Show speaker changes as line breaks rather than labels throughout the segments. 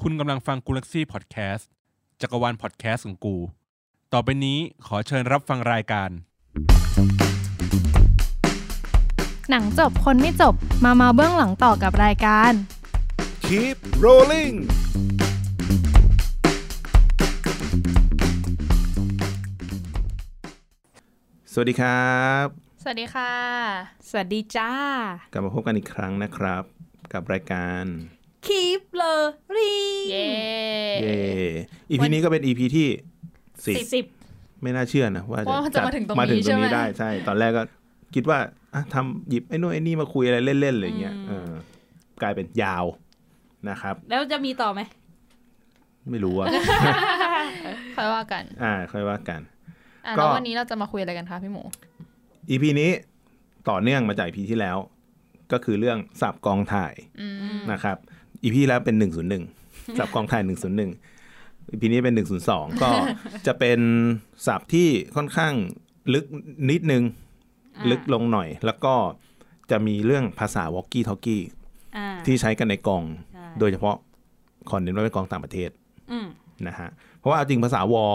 คุณกำลังฟังกูลักซี่พอดแคสต์จักรวาลพอดแคสต์ของกู ต่อไปนี้ขอเชิญรับฟังรายการ
หนังจบคนไม่จบมาเมาเบื้องหลังต่อกับรายการ
Keep rolling สวัสดีครับ
สวัสดีค่ะ สวัสดีจ้าก
ลับมาพบกันอีกครั้งนะครับ กับรายการ
คีปเลอรี
เย้
เย่อีพีนี้ก็เป็นอีพีที่สิบ
สิบ
ไม่น่าเชื่อนะ ว่า
ว่าจะ
ด
มาถึงตรงนี้
มาถึงตรง
ใช่ไหม
นี้ได้ใช่ ตอนแรกก็คิดว่าอ่ะทำหยิบไอ้นู่นไอ้นี่มาคุยอะไรเล่นๆอะไรอย่างเงี้ยเออกลายเป็นยาวนะครับ
แล้วจะมีต่อไหม
ไม่รู้อ่ะ
ค่อยว่ากัน
อ่าค่อยว่ากัน
อ่ะ
ก็
แล้ววันนี้เราจะมาคุยอะไรกันคะพี่หมู
อีพีนี้ต่อเนื่องมาจากอีพีที่แล้ว ก็คือเรื่องสับกองถ่าย
อืม
นะครับอีพีแล้วเป็น 101สับกองถ่าย 101อีพีนี้เป็น 102 ก็ จะเป็นสับที่ค่อนข้างลึกนิดนึง
อ่า
ลึกลงหน่อย แล้วก็จะมีเรื่องภาษาวอกกี้ทอกกี้
อ่า
ที่ใช้กันในกอง
ใช่
โดยเฉพาะคอนเน้นว่าเป็นกองต่างประเทศ
อืม
นะฮะเพราะว่าเอาจริงภาษาวอ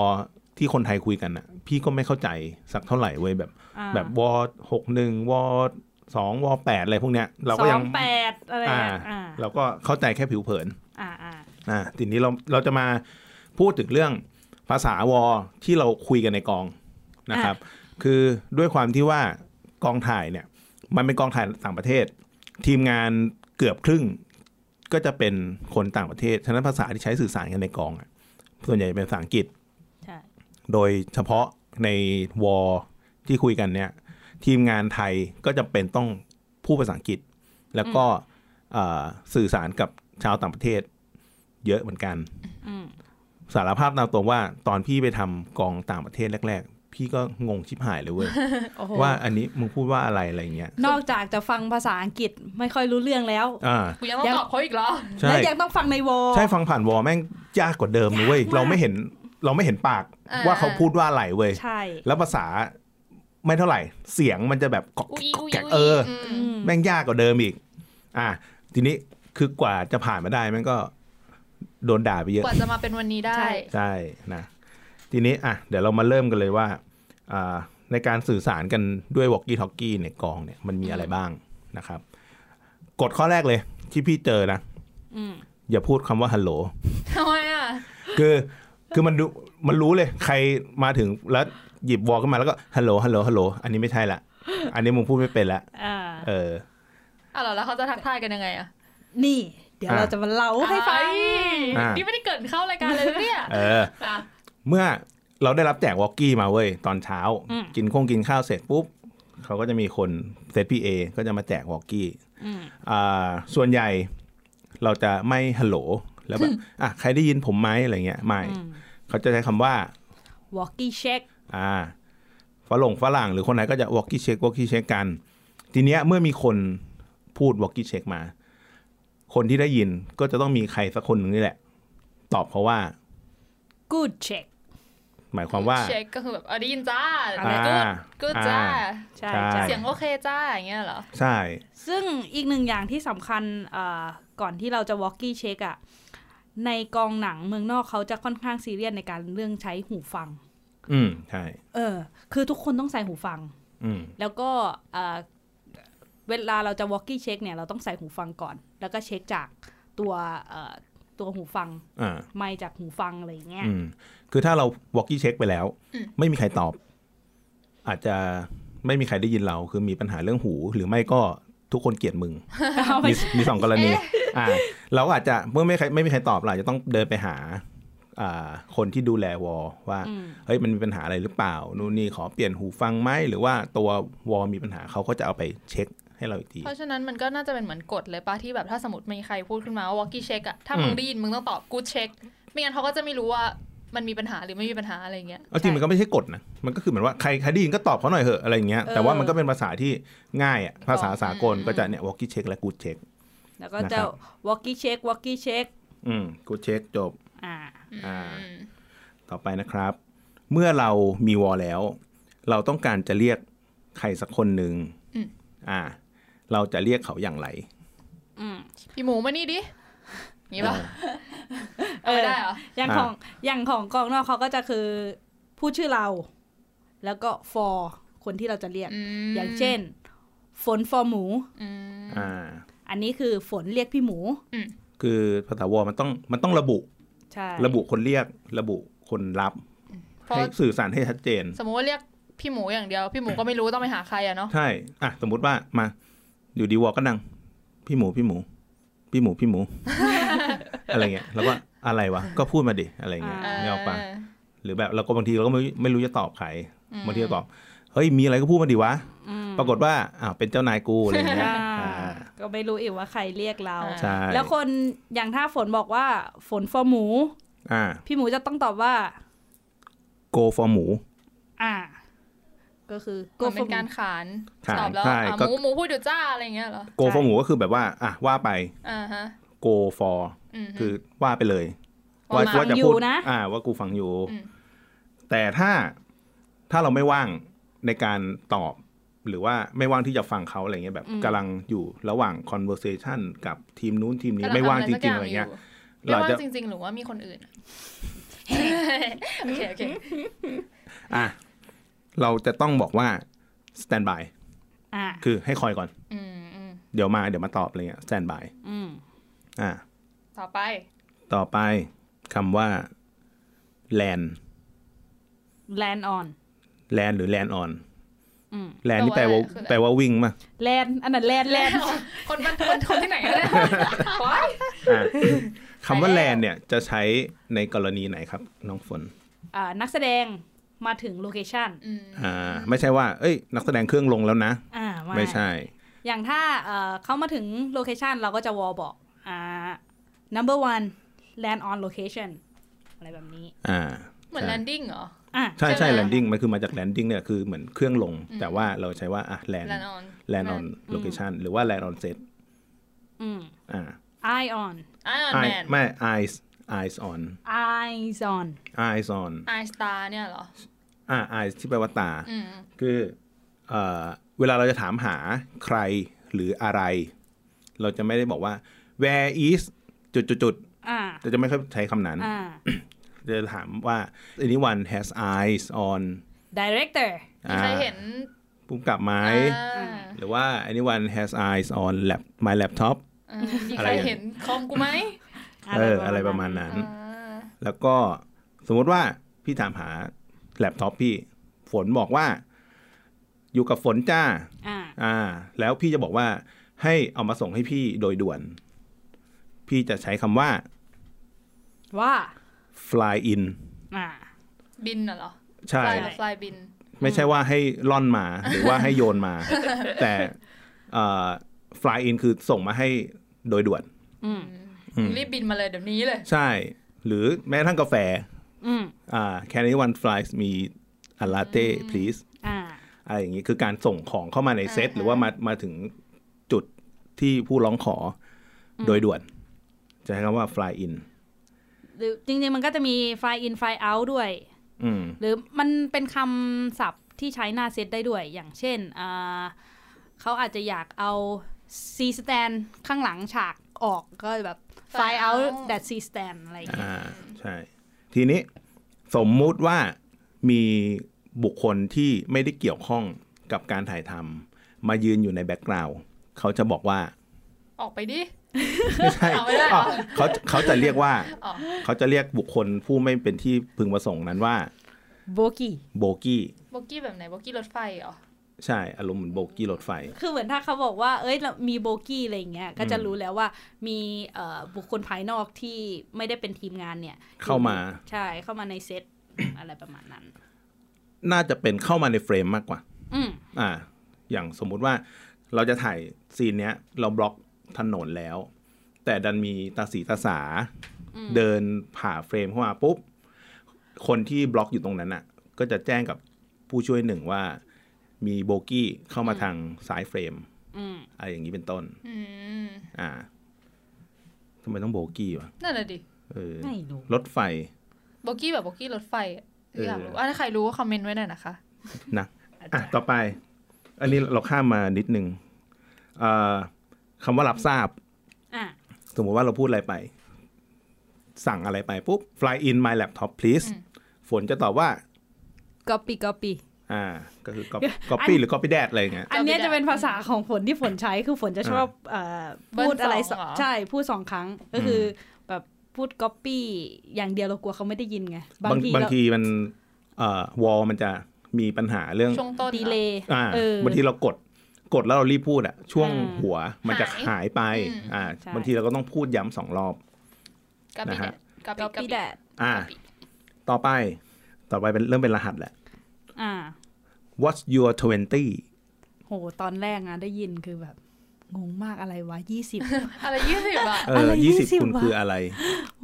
ที่คนไทยคุยกันน่ะพี่ก็ไม่เข้าใจสักเท่าไหร่เว้ยแบบ
อ่า
แบบวอร์หกหนึ่งวอร์สองวอร์แปดอะไรพวกเนี้ย เราก็ยัง
สอแปดอะไร
อ่า
อ่ะอ่า
เราก็เข้าใจแค่ผิวเผิน
อ่าอ่า
อ่าทีนี้เราเราจะมาพูดถึงเรื่องภาษาวอร์ที่เราคุยกันในกองนะครับ คือด้วยความที่ว่ากองถ่ายเนี่ย มันเป็นกองถ่ายต่างประเทศ ทีมงานเกือบครึ่ง ก็จะเป็นคนต่างประเทศฉะนั้นภาษาที่ใช้สื่อสารกันในกองอะส่วนใหญ่เป็นภาษาอังกฤษ
ใช่
โดยเฉพาะในวอลที่คุยกันเนี่ย ทีมงานไทยก็จะเป็นต้องพูดภาษาอังกฤษ แล้วก็เอ่อสื่อสารกับชาวต่างประเทศ เยอะเหมือนกัน
อืม
สารภาพตามตรงว่าตอนพี่ไปทำกองต่างประเทศแรก ๆ พี่ก็งงชิบหายเลย เว้ย
โอ้โห
ว่าอันนี้มึงพูดว่าอะไรอะไรอย่างเงี้ย
นอกจากจะฟังภาษาอังกฤษไม่ค่อยรู้เรื่องแล้ว
อ่า
กูยังต้อง
ยัง
ตอบเขาอีกเหรอ
ใช่
และยังต้องฟังในวอล
ใช่ฟังผ่านวอลแม่งยากกว่าเดิมเลยเว้ย
ยากมาก
เราไม่เห็นเราไม่เห็นปาก
อ่า
ว่าเขาพูดว่าอะไรเว้ย
ใช่
แล้วภาษาไม่เท่าไหร่ เสียงมันจะแบบกอก
อุ้ย
แกกก
อุ้
อก
ย
แกก
อุ้ย
เอออ
ม
อืม
แม่งยากกว่าเดิมอีก อ่ะ ทีนี้คือกว่าจะผ่านมาได้แม่งก็โดนด่าไปเยอะ
กว่าจะมาเป็นวันนี้ได้
ใช่นะ ทีนี้อ่ะเดี๋ยวเรามาเริ่มกันเลยว่าอ่าในการสื่อสารกันด้วยวอกกี้ทอกกี้ในกองเนี่ยมันมีอะไรบ้างนะครับ กฎข้อแรกเลยที่พี่เจอนะ
อืม
อย่าพูดคำว่าฮัลโหล
ทำไมอ่ะ
คือคือมันดูมันรู้เลยใครมาถึงแล้วหยิบวอลขึ้นมาแล้วก็ฮัลโหลฮัลโหลฮัลโหลอันนี้ไม่ใช่ละอันนี้มึงพูดไม่เป็นละ
อ่า
เออ
อ้าวเหรอแล้วเขาจะทักทายกันยังไงอ่ะ
นี่ เดี๋ยว
อ่า
เราจะมาเล่าให้ฟัง
อ่ะ
อ่ะ
นี่ไม่ได้เกิดเข้ารายการเลยนะเนี่ย
เออ
อ่ะ
เมื่อเราได้รับแจกวอกกี้มาเว้ย ตอนเช้า
อืม
กินข้งกินข้าวเสร็จปุ๊บ เขาก็จะมีคนเซตพีเอก็จะมาแจกวอกกี้
อืม
อ่าส่วนใหญ่เราจะไม่ฮัลโหล แล้วแบบ อ่ะ ใครได้ยินผมไหมอะไรเงี้ย ไม่ เขาจะใช้คำว่า
วอลกี้เช็ค
อ่าฝรั่งฝรั่งหรือคนไหนก็จะวอกกี้เช็ควอกกี้เช็คกัน ทีเนี้ยเมื่อมีคนพูดวอกกี้เช็คมา คนที่ได้ยินก็จะต้องมีใครสักคนหนึ่งนี่แหละ ตอบเขาว่า
กูดเช็ค
หมายความว่า
เช็คก็คือแบบเอาได้ยินจ้า
อ่า
กูดกูดจ้า
อ่า
ใช่
ใช่
ใช่
เสียงโอเคจ้าอย่างเงี้ยเหรอ
ใช่
ซึ่งอีกหนึ่งอย่างที่สำคัญเอ่อก่อนที่เราจะวอลกี้เช็คอะในกองหนังเมืองนอกเขาจะค่อนข้างซีเรียสในการเรื่องใช้หูฟัง
อืมใช่
เออ คือทุกคนต้องใส่หูฟัง
อืม
แล้วก็เอ่อเวลาเราจะวอลกี้เช็คเนี่ยเราต้องใส่หูฟังก่อน แล้วก็เช็คจากตัวเอ่อตัวหูฟัง
อ่า
ไม่จากหูฟังอะไรอย่างเงี้ย
อืม คือถ้าเราวอกกี้เช็คไปแล้ว
อืม
ไม่มีใครตอบ อาจจะไม่มีใครได้ยินเรา คือมีปัญหาเรื่องหู หรือไม่ก็ทุกคนเกลียด มึง มีมีสองกรณีอ่าเราก็อาจจะเมื่อไม่ใครไม่มีใครตอบเราอาจจะต้องเดินไปหา อ่า คนที่ดูแลวอลว่า
อืม
เฮ้ยมันมีปัญหาอะไรหรือเปล่า นู่นนี่ขอเปลี่ยนหูฟังไหมหรือว่าตัววอลมีปัญหาเขาก็จะเอาไปเช็คให้เราอีกที
เพราะฉะนั้นมันก็น่าจะเป็นเหมือนกฎเลยปะที่แบบถ้าสมมติมีใครพูดขึ้นมาว่าวอกกี้เช็คอะถ้ามึ
อื
ง
ม
ได้ยินมึงต้องตอบกูเช็คไม่งั้นเขาก็จะไม่รู้ว่ามันมีปัญหาหรือไม่มีปัญหาอะไรเงี้ย
เอาจริงมันก็ไม่ใช่กฎนะ มันก็คือเหมือนว่าใครใครได้ยินก็ตอบเขาหน่อยเหอะอะไรอย่างเงี้ย
เออ
แต่ว่ามันก็เป็นภาษาที่ง่ายอ่ะ ภาษาสากลก็จะเนี่ยวอกกี้เช็คและกูเช็ค
แล้วก็จะ
นะครับ
วอลกี้เช็ควอลกี้เช็ค
อืมกูเช็คจบ
อ่า
อ่า
อืม
ต่อไปนะครับ เมื่อเรามีวอลแล้ว เราต้องการจะเรียกใครสักคนหนึ่งอ่า เราจะเรียกเขาอย่างไร
อืม
พี่หมูมานี่ดิงี้ปะ เออได้เหรอ
อย่างของอย่างของกองนอกเขาก็จะคือพูดชื่อเรา แล้วก็ for คนที่เราจะเรียก
ม
อย่างเช่น ฝน for หมู
อืม
อ่า
อันนี้คือฝนเรียกพี่หมู
คือภาษาวอมันต้องมันต้องระบุ
ใช่
ระบุคนเรียกระบุคนรับ
เพราะ
ให้สื่อสารให้ชัดเจน
สมมติว่าเรียกพี่หมูอย่างเดียว พี่หมูก็ไม่รู้ต้องไปหาใครอะเนาะ
ใช่ อ่ะ สมมุติว่ามา อยู่ดีวอก็ดัง พี่หมูพี่หมู พี่หมู พี่หมู อะไรเงี้ย แล้วก็อะไรวะ ก็พูดมาดิอะไรเงี้ยไม่เอาปะ
เออ
หรือแบบเราก็บางทีเราก็ไม่ไม่รู้จะตอบใคร
อืม
บางทีก็ตอบเฮ้ยมีอะไรก็พูดมาดิวะ
อืม
ปรากฏว่าอ้าวเป็นเจ้านายกูอะไรเงี้ ย
อ่า
อ่า
ก็ไม่รู้อีกว่าใครเรียกเรา
ใช่
แล้วคนอย่างถ้าฝนบอกว่า ฝน for หมู
อ่า
พี่หมูจะต้องตอบว่า
go for หมู
อ่า ก็คือ
ก็
go
เป็
for
น
หมู
การขาน
ขาน
ตอบแล้ว
ใช่
อ่ะห
ก็
มูหมูพูดอยู่จ้าอะไรเงี้ยเหรอ
go
ใช่
for หมูก็คือแบบว่า อ่ะว่าไป
อ่าฮะ
go for
อืม
คือว่าไปเลย
ว่ามา
จะ
ฟังอยู่
พูด
นะ
อ่า ว่ากูฟังอยู่
อืม
แต่ถ้าถ้าเราไม่ว่างในการตอบ หรือว่าไม่ว่างที่จะฟังเขาอะไรเงี้ยแบบ
อืม
กำลังอยู่ระหว่าง conversation กับทีมนู้นทีมนี้
กำลั
ไม่ว่างจ
ทำ
ริง ๆ
สัก
อะไรเงี้ย
ไม่
เรา
ว่าง
จะ
จริง ๆ หรือว่ามีคนอื่ นอะโอเคโอเค
อ่ะเราจะต้องบอกว่า stand by
อ่า
คือให้คอยก่อน
อืมอืม
เดี๋ยวมาเดี๋ยวมาตอบอะไรเงี้ย stand by
อืม
อ่ะ
ต่อไป
ต่อไปคำว่า land
แลนออน
land หรือ land on
อืม
land นี่แปลว่า
แปล
แปล
ว่าอะไร
ว่าวิ่งมา
แลนอันนั้นแล นแลน
คนมันคนคนที่ไหนก็ได้ว้าย
อ่ะคำว่า
ไปแล้ว
land เนี่ยจะใช้ในกรณีไหนครับ น้องฝน
อ่านักแสดงมาถึงโลเคชัน
อืม
อ่าไม่ใช่ว่า เอ้ย นักแสดงเครื่องลงแล้วนะ
อ่าา
ไม่ใช่
อย่างถ้าเอ่อเขามาถึงโลเคชันเราก็จะวอลบอกอ่า number one land on location อะไรแบบนี้
อ่า
เหมือน
ใช่
แลนดิ้งเหรอ
อ่ะ
ใช่
ใช่
ใช่
ไหม
landing มันคือมาจาก landing เนี่ยคือเหมือนเครื่องลง แต่ว่าเราใช้ว่า อ่ะ land
แลนออน
land on location หรือว่า land on set
อืม
อ่า
eye on
ไอออนแม
Eye-
น
ไม่ eyes eyes on
eyes on
eyes on
ไอสตาร์เนี่ยเหรอ
อ่า eyes ที่แปลว่าตา
อืม
คือเอ่อเวลาเราจะถามหาใครหรืออะไร เราจะไม่ได้บอกว่า where is จุดจุดจุด
อ่า
ๆเราจะไม่ค่อยใช้คำนั้น
อ่า
จะถามว่า anyone has eyes on
director
มีใครเห็น
ปุ้มกลับไหม
อ่า
หรือว่า anyone has eyes on lap my laptop
เออมี
อะไร
ใคร
อย่าง
เห็นคอมกูไหม
เอออะไรประมาณนั้น
อ่า
แล้วก็สมมติว่าพี่ถามหา laptop พี่ ฝนบอกว่า อยู่กับฝนจ้า
อ่า
อ่า แล้วพี่จะบอกว่าให้เอามาส่งให้พี่โดยด่วน พี่จะใช้คำว่า
ว่า
fly in
อ่า
บินน่ะเหรอ
ใช่
ฟลายฟลายบิน
ไม่ใช่ว่าให้ล่อนมาหรือว่าให้โย นมา แต่เอ่อ fly in คือส่งมาให้โดยด่วน
อืม
อืม
รีบบินมาเลยเดี๋ยวนี้เลย
ใช่ หรือแม้กระทั่งกาแฟ
อืม
อ่า can anyone flies me a latte please
อ่า
อะไรอย่างนี้คือการส่งของเข้ามาในเซต
อ่า
หรือว่ามามาถึงจุดที่ผู้ร้องขออโดยด่วน จะใช้คำว่า fly in
หรือจริงๆมันก็จะมี fly in fly out ด้วย
อืม
หรือมันเป็นคำศัพท์ที่ใช้หน้าเซตได้ด้วย อย่างเช่นอ่าเขาอาจจะอยากเอา C stand ข้างหลังฉากออกก็แบบ file out that C stand อะไรอย่างเงี้ย
อ่า ใช่ ทีนี้สมมุติว่ามีบุคคลที่ไม่ได้เกี่ยวข้องกับการถ่ายทำมายืนอยู่ในแบ็กกราวด์เขาจะบอกว่า
ออกไปดิ
ไม่ใช่
เอาไม่ได้เหรอ
อ้าวเขาเขาจะเรียกว่า
อ๋อ
เขาจะเรียกบุคคลผู้ไม่เป็นที่พึงประสงค์นั้นว่า
โบกี้
โบกี้
โบกี้แบบไหนโบกี้รถไฟเหรอ
ใช่อารมณ์เหมือนโบกี้รถไฟ
คือเหมือนถ้าเขาบอกว่า เอ้ยเรามีโบกี้อะไรอย่างเงี้ย ก็จะรู้แล้วว่ามีเอ่อบุคคลภายนอกที่ไม่ได้เป็นทีมงานเนี่ย
เข้ามา
ใช่เข้ามาในเซต อะไรประมาณนั้น
น่าจะเป็นเข้ามาในเฟรมมากกว่า
อืม
อ่า อย่างสมมุติว่าเราจะถ่ายซีนเนี้ย เราบล็อกถนนแล้ว แต่ดันมีตาสีตาสา เดินผ่าเฟรมเข้ามาปุ๊บ คนที่บล็อกอยู่ตรงนั้นอ่ะ ก็จะแจ้งกับผู้ช่วยหนึ่งว่า มีโบกี้เข้ามาทางซ้ายเฟรม
อืม
อะไรอย่างนี้เป็นต้น
อืม
อ่าทำไมต้องโบกี้วะ
นั่นแหละดิ
เออ
ไม่รู้
รถไฟ
โบกี้แบบโบกี้รถไฟอะ
เอออ
อยากรู้อ่ะถ้าใครรู้ก็คอมเมนต์ไว้หน่อยนะคะ
นะอ่ะ ต่อไป อันนี้เราข้ามมานิดนึงเอ่อคำว่ารับทราบ
อ่ะ
สมมติว่าเราพูดอะไรไป สั่งอะไรไปปุ๊บ fly in my laptop please
อืม
ฝนจะตอบว่า
copy copy
อ่า ก็คือ copy copy หรือ copy dad อะไรอย่างเงี้ย
อันเนี้ย
Copy
จะเป็นภาษาของฝนที่ฝนใช้คือฝนจะชอบเอ่อพูดอะไร
เบิ้ลสองเหรอ
ใช่พูดสองครั้งก็คืออแบบพูด copy อย่างเดียวเรากลัวเขาไม่ได้ยินไงบา
บาง ง
ที
บาง
เรา
ทีมันเอ่อวอลมันจะมีปัญหาเรื่อง
ช่วงต้น
ดีเลย์
อ่า
เออ
บางทีเรากดกดแล้วเรารีบพูดอะช่วง
อ่า
หัวมันจะ
หาย
หายไป
อืม
อ่า
ใช่
บางทีเราก็ต้องพูดย้ำสองรอบ
กับปี
นะฮะ
กับปีกับ
copy that
อ่า ต่อไปต่อไปเป็นเริ่มเป็นรหัสแหละ
อ่า
what's your
โหตอนแรกนะได้ยินคือแบบงงมากอะไรวะยี่สิบ
อะไรยี่สิบอะ
20 เอ
อะไร
อยี่สิบ
20
คุณ
วะ
คืออะไร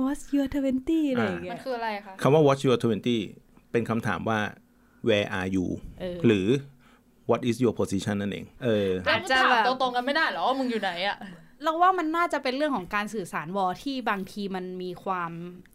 what's your twenty อะไรอย่าง
มั
เงี้
น
ย
คืออะไรคะ
คำว่า what's your 20 เป็นคำถามว่า where are you
เออ
หรือ what is your position นั่นเอง เออ
อา
อาจ
จจะ
จะ
แบ
แบบ บ
ตรงๆกันไม่ได้เหรอว่ามึงอยู่ไหนอะ
เราว่ามันน่าจะเป็นเรื่องของการสื่อสารวอลที่บางทีมันมีความ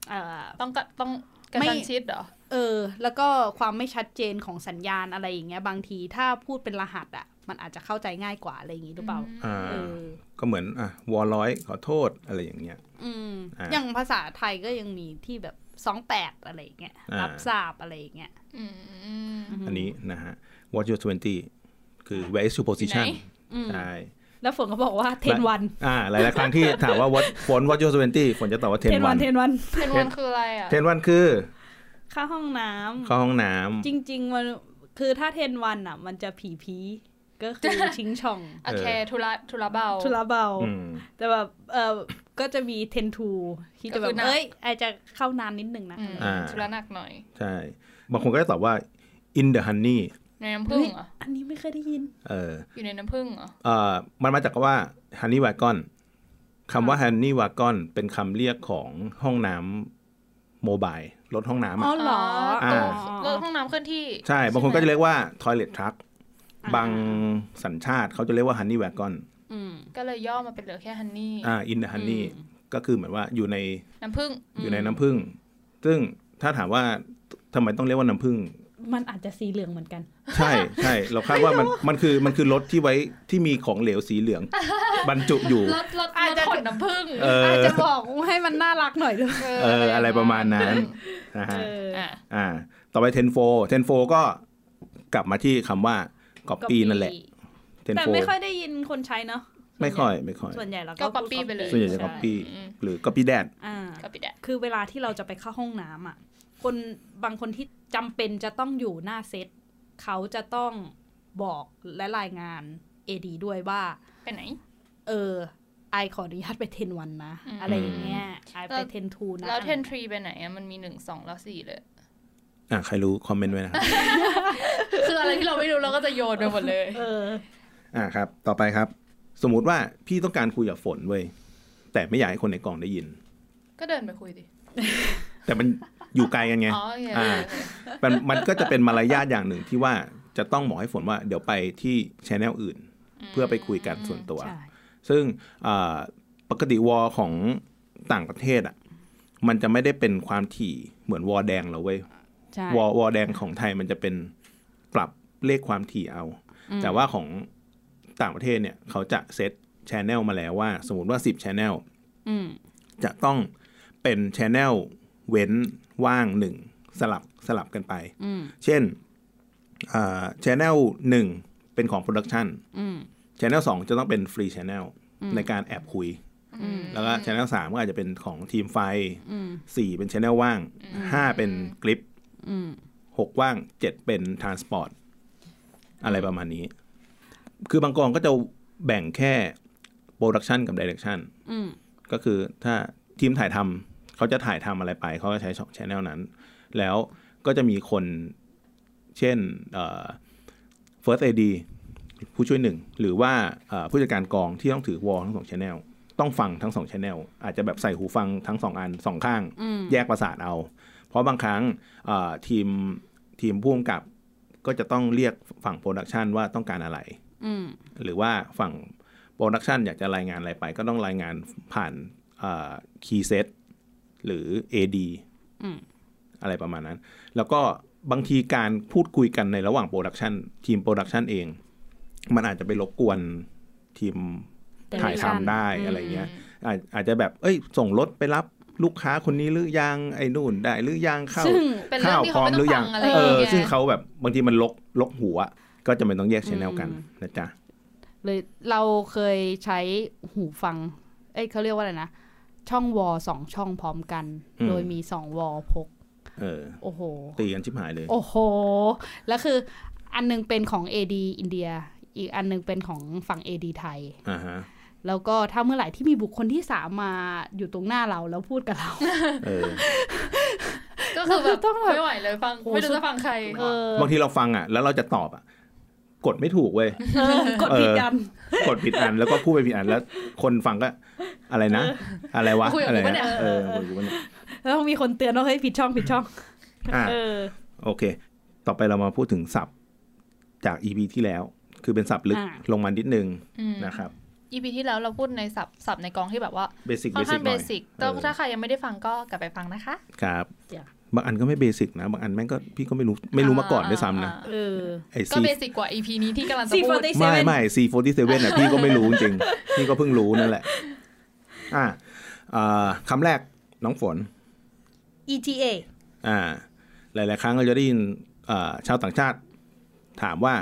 เอ่อ
ต้องกะต้องกระ
ไม่
ชันชิดเหรอ
เออ แล้วก็ความไม่ชัดเจนของสัญญาณอะไรอย่างเงี้ยบางทีถ้าพูดเป็นรหัสอ่ะ มันอาจจะเข้าใจง่ายกว่าอะไรอย่างงี้หรือเปล่า
อ่า
เออ
ก็เหมือนอ่ะวอร้อยขอโทษอะไรอย่างเงี้ย
อืม
อ่า
อย่างภาษาไทยก็ยังมีที่แบบสองแปดอะไรอย่างเงี้ย
อ่ารั
รับทราบอะไรอย่างเงี้ย
อืม
ม
อันนี้นะฮะ what's your 20 คือ where is your position
อยู่ไห
อืม
ใช่
แล้วฝนก็บอกว่าเทนวัน
อ่าหลาย ๆ ครั้งที่ถามว่า what ฝน what your 20ฝนจะตอบว่า 10 วัน
เทนวัน
เป็นวันคืออะไรอะ
10 วันคือ
เข้าห้องน้ำ
เข้าห้องน้
จริง ๆ มันคือถ้าเทนวันอ่ะ มันจะผีผีๆก็คือ ชิง ช่อง
โอเคทุระทุระเบา
ทุลาเบา
ำอืม
แต่แบบเออก็จะมีเทนทูที่จะแบ
ก็คื
บ
อหนัก
เอ้ยอาจจะเข้านานนิดนึงนะ
อืม
อ่า
ทุระหนักหน่อย
ใช่ บางคนก็จะตอบว่า in the honey
ในน้ำผึ้งเหรอ
อันนี้ไม่เคยได้ยิน
เออ
อยู่ในน้ำผึ้งเหรอ
เอ่อมันมาจากคำว่า honey wagon คำว่า honey wagon เป็นคำเรียกของห้องน้ำโมบายรถห้องน้ำ
อ๋
อะ
อเหรอ
อ่า
ตัวรถห้องน้ำเคลื่อนที่
ใช่ บางคนก็จะ
ใช่ไหม
เรียกว่า toilet truck
อ่า
บางสัญชาติเขาจะเรียกว่า honey wagon
อืม
ก็เลยย่อมาเป็นเหลือแค่ฮันนี่
อ่า in the honey
อืม
ก็คือเหมือนว่าอยู่ใน
น้ำผึ้ง
อยู่ในน้ำผึ้ง ซึ่งถ้าถามว่าทำไมต้องเรียกว่าน้ำผึ้ง
มันอาจจะสีเหลืองเหมือนกัน
ใช่ใช่เราคาดว่ามันมันคือมันคือรถที่ไว้ที่มีของเหลวสีเหลือง บรรจุอยู่
รถรถ
อาจ
รถ
จะ
ขนน้ำผึ้ง
เอออ
อาจจะบอกให้มันน่ารักหน่อยด้วย
เอออะไรประมาณนั้นนะฮะ
เอออ
อ่ะ
อ่า ต่อไปเทนโฟเทนโฟก็กลับมาที่คำว่าก๊อป
copy
ปี้นั่นแหละเทน
แต่
โฟ
ไม่ค่อยได้ยินคนใช้เนาะ
ไม่ค่อยไม่ค่อย
ส่วนใหญ่เราก็
ก็
พูด
ก๊อปปี้ไปเลย
ส่วนใหญ่จะก๊อปปี้หรือก๊อปปี้แดด
อ่า
ก๊อปปี้แดด
คือเวลาที่เราจะไปเข้าห้องน้ำอ่ะ คนบางคนที่จำเป็นจะต้องอยู่หน้าเซตเขาจะต้องบอกและรายงาน AD ด้วยว่า
ไปไหน
เออไอขออนุญาตไปเทนวันนะ
อืม
อะไรอย่างเงี้ยไอไป
แล้ว
เทนทูนะ
แล้วเทนทรีไปไหนอะมันมีหนึ่งสองแล้วสี่เลย
อ่าใครรู้คอมเมนต์ไว้นะครับ
คืออะไรที่เราไม่รู้เราก็จะโยนไปหมดเลย
เออ
อ่าครับ ต่อไปครับ สมมุติว่าพี่ต้องการคุยกับฝนเว้ยแต่ไม่อยากให้คนในกองได้ยิน
ก็เดินไปคุยดิ
แต่มันอยู่ไกลกันไง
อ๋อโอเค
อ่า มันมันก็จะเป็นมารยาทอย่างหนึ่งที่ว่าจะต้องบอกให้ฝนว่าเดี๋ยวไปที่ชแนลอื่น เพื่อไปคุยกันส่วนตัว
ใช่
ซึ่งอ่าปกติวอลของต่างประเทศอ่ะมันจะไม่ได้เป็นความถี่เหมือนวอลแดงเราเว้ย
ใช่
วอลวอลแดงของไทยมันจะเป็นปรับเลขความถี่เอา แต่ว่าของต่างประเทศเนี่ยเขาจะเซตชแนลมาแล้วว่า สมมติว่า 10ชแนล
อืม
จะต้องเป็นชแนลเว้นว่างหนึ่งสลับสลับกันไป
อืม
เช่นชแนลหนึ่งเป็นของโปรดักชัน
อืม
ชแนลสองจะต้องเป็นฟรีชแนล
อืม
ในการแอบคุย
อืม
แล้วก็ชแนลสามก็อาจจะเป็นของทีมไฟ
อืม
สี่เป็นชแนลว่างห้าเป็นกริป
อืม
หกว่างเจ็ดเป็นทรานสปอร์ตอะไรประมาณนี้ คือบางกองก็จะแบ่งแค่โปรดักชันกับดิเรกชัน
อืม
ก็คือถ้าทีมถ่ายทำเขาจะถ่ายทำอะไรไป เขาก็ใช้ช่องชแนลนั้น แล้วก็จะมีคนเช่นเอ่อ First AD ผู้ช่วยหนึ่ง หรือว่าเอ่อผู้จัดการกองที่ต้องถือวอลทั้งสองชแนลต้องฟังทั้งสองชแนลอาจจะแบบใส่หูฟังทั้งสองอันสองข้าง
อืม
แยกประสาทเอา เพราะบางครั้งเอ่อทีมทีมผู้กำกับก็จะต้องเรียกฝั่งโปรดักชันว่าต้องการอะไร
อืม
หรือว่าฝั่งโปรดักชันอยากจะรายงานอะไรไป ก็ต้องรายงานผ่านคีย์เซตหรือ AD
อืม
อะไรประมาณนั้น แล้วก็บางทีการพูดคุยกันในระหว่างโปรดักชันทีมโปรดักชันเอง มันอาจจะไปรบกวนทีมถ่ายทำได้อะไรเงี้ยอาจอาจจะแบบเอ้ย ส่งรถไปรับ ลูกค้าคนนี้หรือยังไอ้นู่นได้หรือยังเข้า
ซึ่ง
เป็นเรื่
ข้า
อง
ว
ที่
พร้อม
เขาไม่
ห
ต้อ
รื
ง
อยัง
ฟังอะไร
เออ
ย่าง
ซึ่
เงี้
ง
ย
เขาแบบบางทีมันลกลกหัว ก็จะเป็นต้องแยกชแนลกัน
อืม
นะจ๊ะ
เลยเราเคยใช้หูฟัง เอ้ยเขาเรียกว่าอะไรนะ ช่องวอสองช่องพร้อมกัน
อืม
โดยมีสองวอพก
เออ
โอ้โห
ตีกันชิบหายเลย
โอ้โห แล้วคืออันหนึงเป็นของ AD อินเดีย อีกอันหนึงเป็นของฝั่ง AD ไทย
อ่าฮะ
แล้วก็ถ้าเมื่อไหร่ที่มีบุคคลที่สามมาอยู่ตรงหน้าเราแล้วพูดกับเรา
เออ
ก็คือแบบ
ต้องแบบ
ไม่ไหวเลยฟัง
โห
ไม่รู้จะฟังใคร
เออบ
างทีเราฟังอ่ะ แล้วเราจะตอบอ่ะ กดไม่ถูกเว้ย
เออกดผิดกัน
กดผิดอัน แล้วก็พูดไปผิดอัน แล้วคนฟังก็ อะไรนะ อะไรวะ
คุยกับ
อะไร
กูปะเนี่ย
นะเออคุยกับกูปะเนี่ย
แล้วต้องมีคนเตือนว่าเฮ้ยผิดช่องผิดช่อง
อ่ะ
เออ
โอเค ต่อไปเรามาพูดถึงศัพท์จาก EP ที่แล้ว คือเป็นศัพท์ลึก
อ่า
ลงมานิดนึง
อืม
นะครับ
EP ที่แล้วเราพูดในศัพท์ศัพท์ในกองที่แบบว่า
เบสิก
ค่
เบ
อน
สิ
ข้าก ง
ห
เบ
น่อย
สิกแต่
เออ
ถ้าใครยังไม่ได้ฟังก็กลับไปฟังนะคะ
ครับ
เดี๋ยว
บางอันก็ไม่เบสิกนะ บางอันแม่งก็พี่ก็ไม่รู้ ไม่รู้มาก่อนด้วยซ้ำนะ
เออ
ไอ้
ก็
ซี
เบสิกกว่า EP นี้ที่กำลังจะพูด
C47
ไม่ไม่ C47 อ่ะพี่ก็ไม่รู้จริงๆ พี่ก็เพิ่งรู้นั่นแหละ อ่ะอ่าคำแรกน้องฝน
ETA
อ่า หลาย ๆ ครั้งเราจะได้ยินอ่าชาวต่างชาติ ถามว่า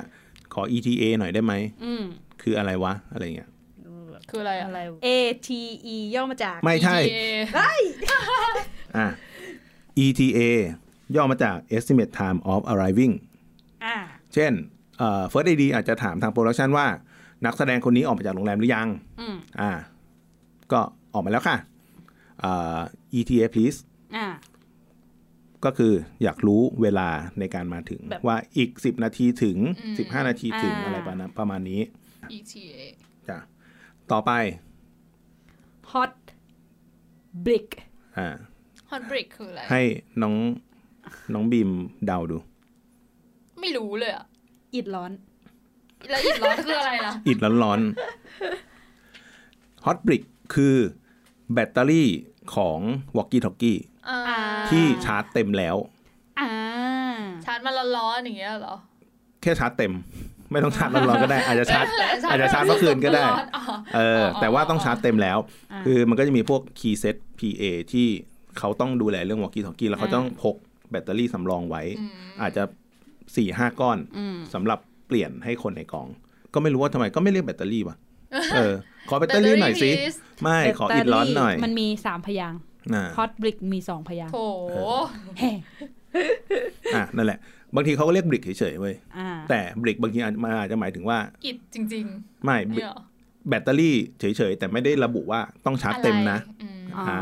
ขอ ETA หน่อยได้ไหม
อืม
คืออะไรวะ อะไรเงี้ย
คืออะไรอะ
ATE ย่อมาจาก
ไม่ใช่
ETA
อ่ะ ETA ย่อมาจาก Estimate Time of Arriving
อ่า
เช่นเอ่อ First ID อาจจะถามทางโปรดักชันว่า นักแสดงคนนี้ออกมาจากโรงแรมหรือยัง
อืม
อ่า ก็ออกมาแล้วค่ะอ่า ETA please
อ่า
ก็คืออยากรู้เวลาในการมาถึง
แบบ
ว่าอีก 10 นาทีถึง
อืม
15 นาทีถึง
อ่า
อะไรประมาณประมาณนี้
ETA
จ้ะต่อไป
Hot Brick
อ่า
Hot Break คืออะไร
ให้น้องน้องบีมเดาดู
ไม่รู้เลยอะ
อิดร้อน
แล้วอีกร้อนคืออะไรล่ะ
อิดร้อนๆฮอตบริกคือแบตเตอรี่ของวอกกี้ทอกกี้
อ่า
อ่า
ที่ชาร์จเต็มแล้ว
อ่า
ชาร์จมันร้อนๆอย่างเงี้ยเหรอ
แค่ชาร์จเต็ม ไม่ต้องชาร์จร้อนๆก็ได้ อาจจะชาร์ จ อาจจะชาร์จเมื่อคืนก็ได้
ร้อนๆอ๋อ
เออ
อ
แต่ว่าต้องชาร์จเต็มแล้ว
อ่า
คือมันก็จะมีพวก key set PA ที่เขาต้องดูแลเรื่องวอกกี้ทอกกี้แล้วเขาต้องพกแบตเตอรี่สำรองไว้
อืม
อาจจะ4ี่ห้าก้อน
อืม
สำหรับเปลี่ยนให้คนในกอง ก็ไม่รู้ว่าทำไมก็ไม่เรียกแบตเตอรี่ว่ะเออ ขอแบตเตอรี่หน่อยสิ
Battery please
ไม่ขอ
แบตเต
อิดร้อนหน่อย
มันมีสามพยางค์
อ่า
Hot Brick มีสองพยางค์
โถ
แฮ่
อ่ะนั่นแหละ บางทีเขาก็เรียกบริกเฉยๆเว้ย
อ่า
แต่บริกบางทีอาจมันอาจจะหมายถึงว่า
อิดจริง
ไม่
ๆ
บริก
เนี่ยเหรอ
แบตเตอรี่เฉยๆแต่ไม่ได้ระบุว่าต้องชาร์จเต็มนะ
อไรอืม
อ่า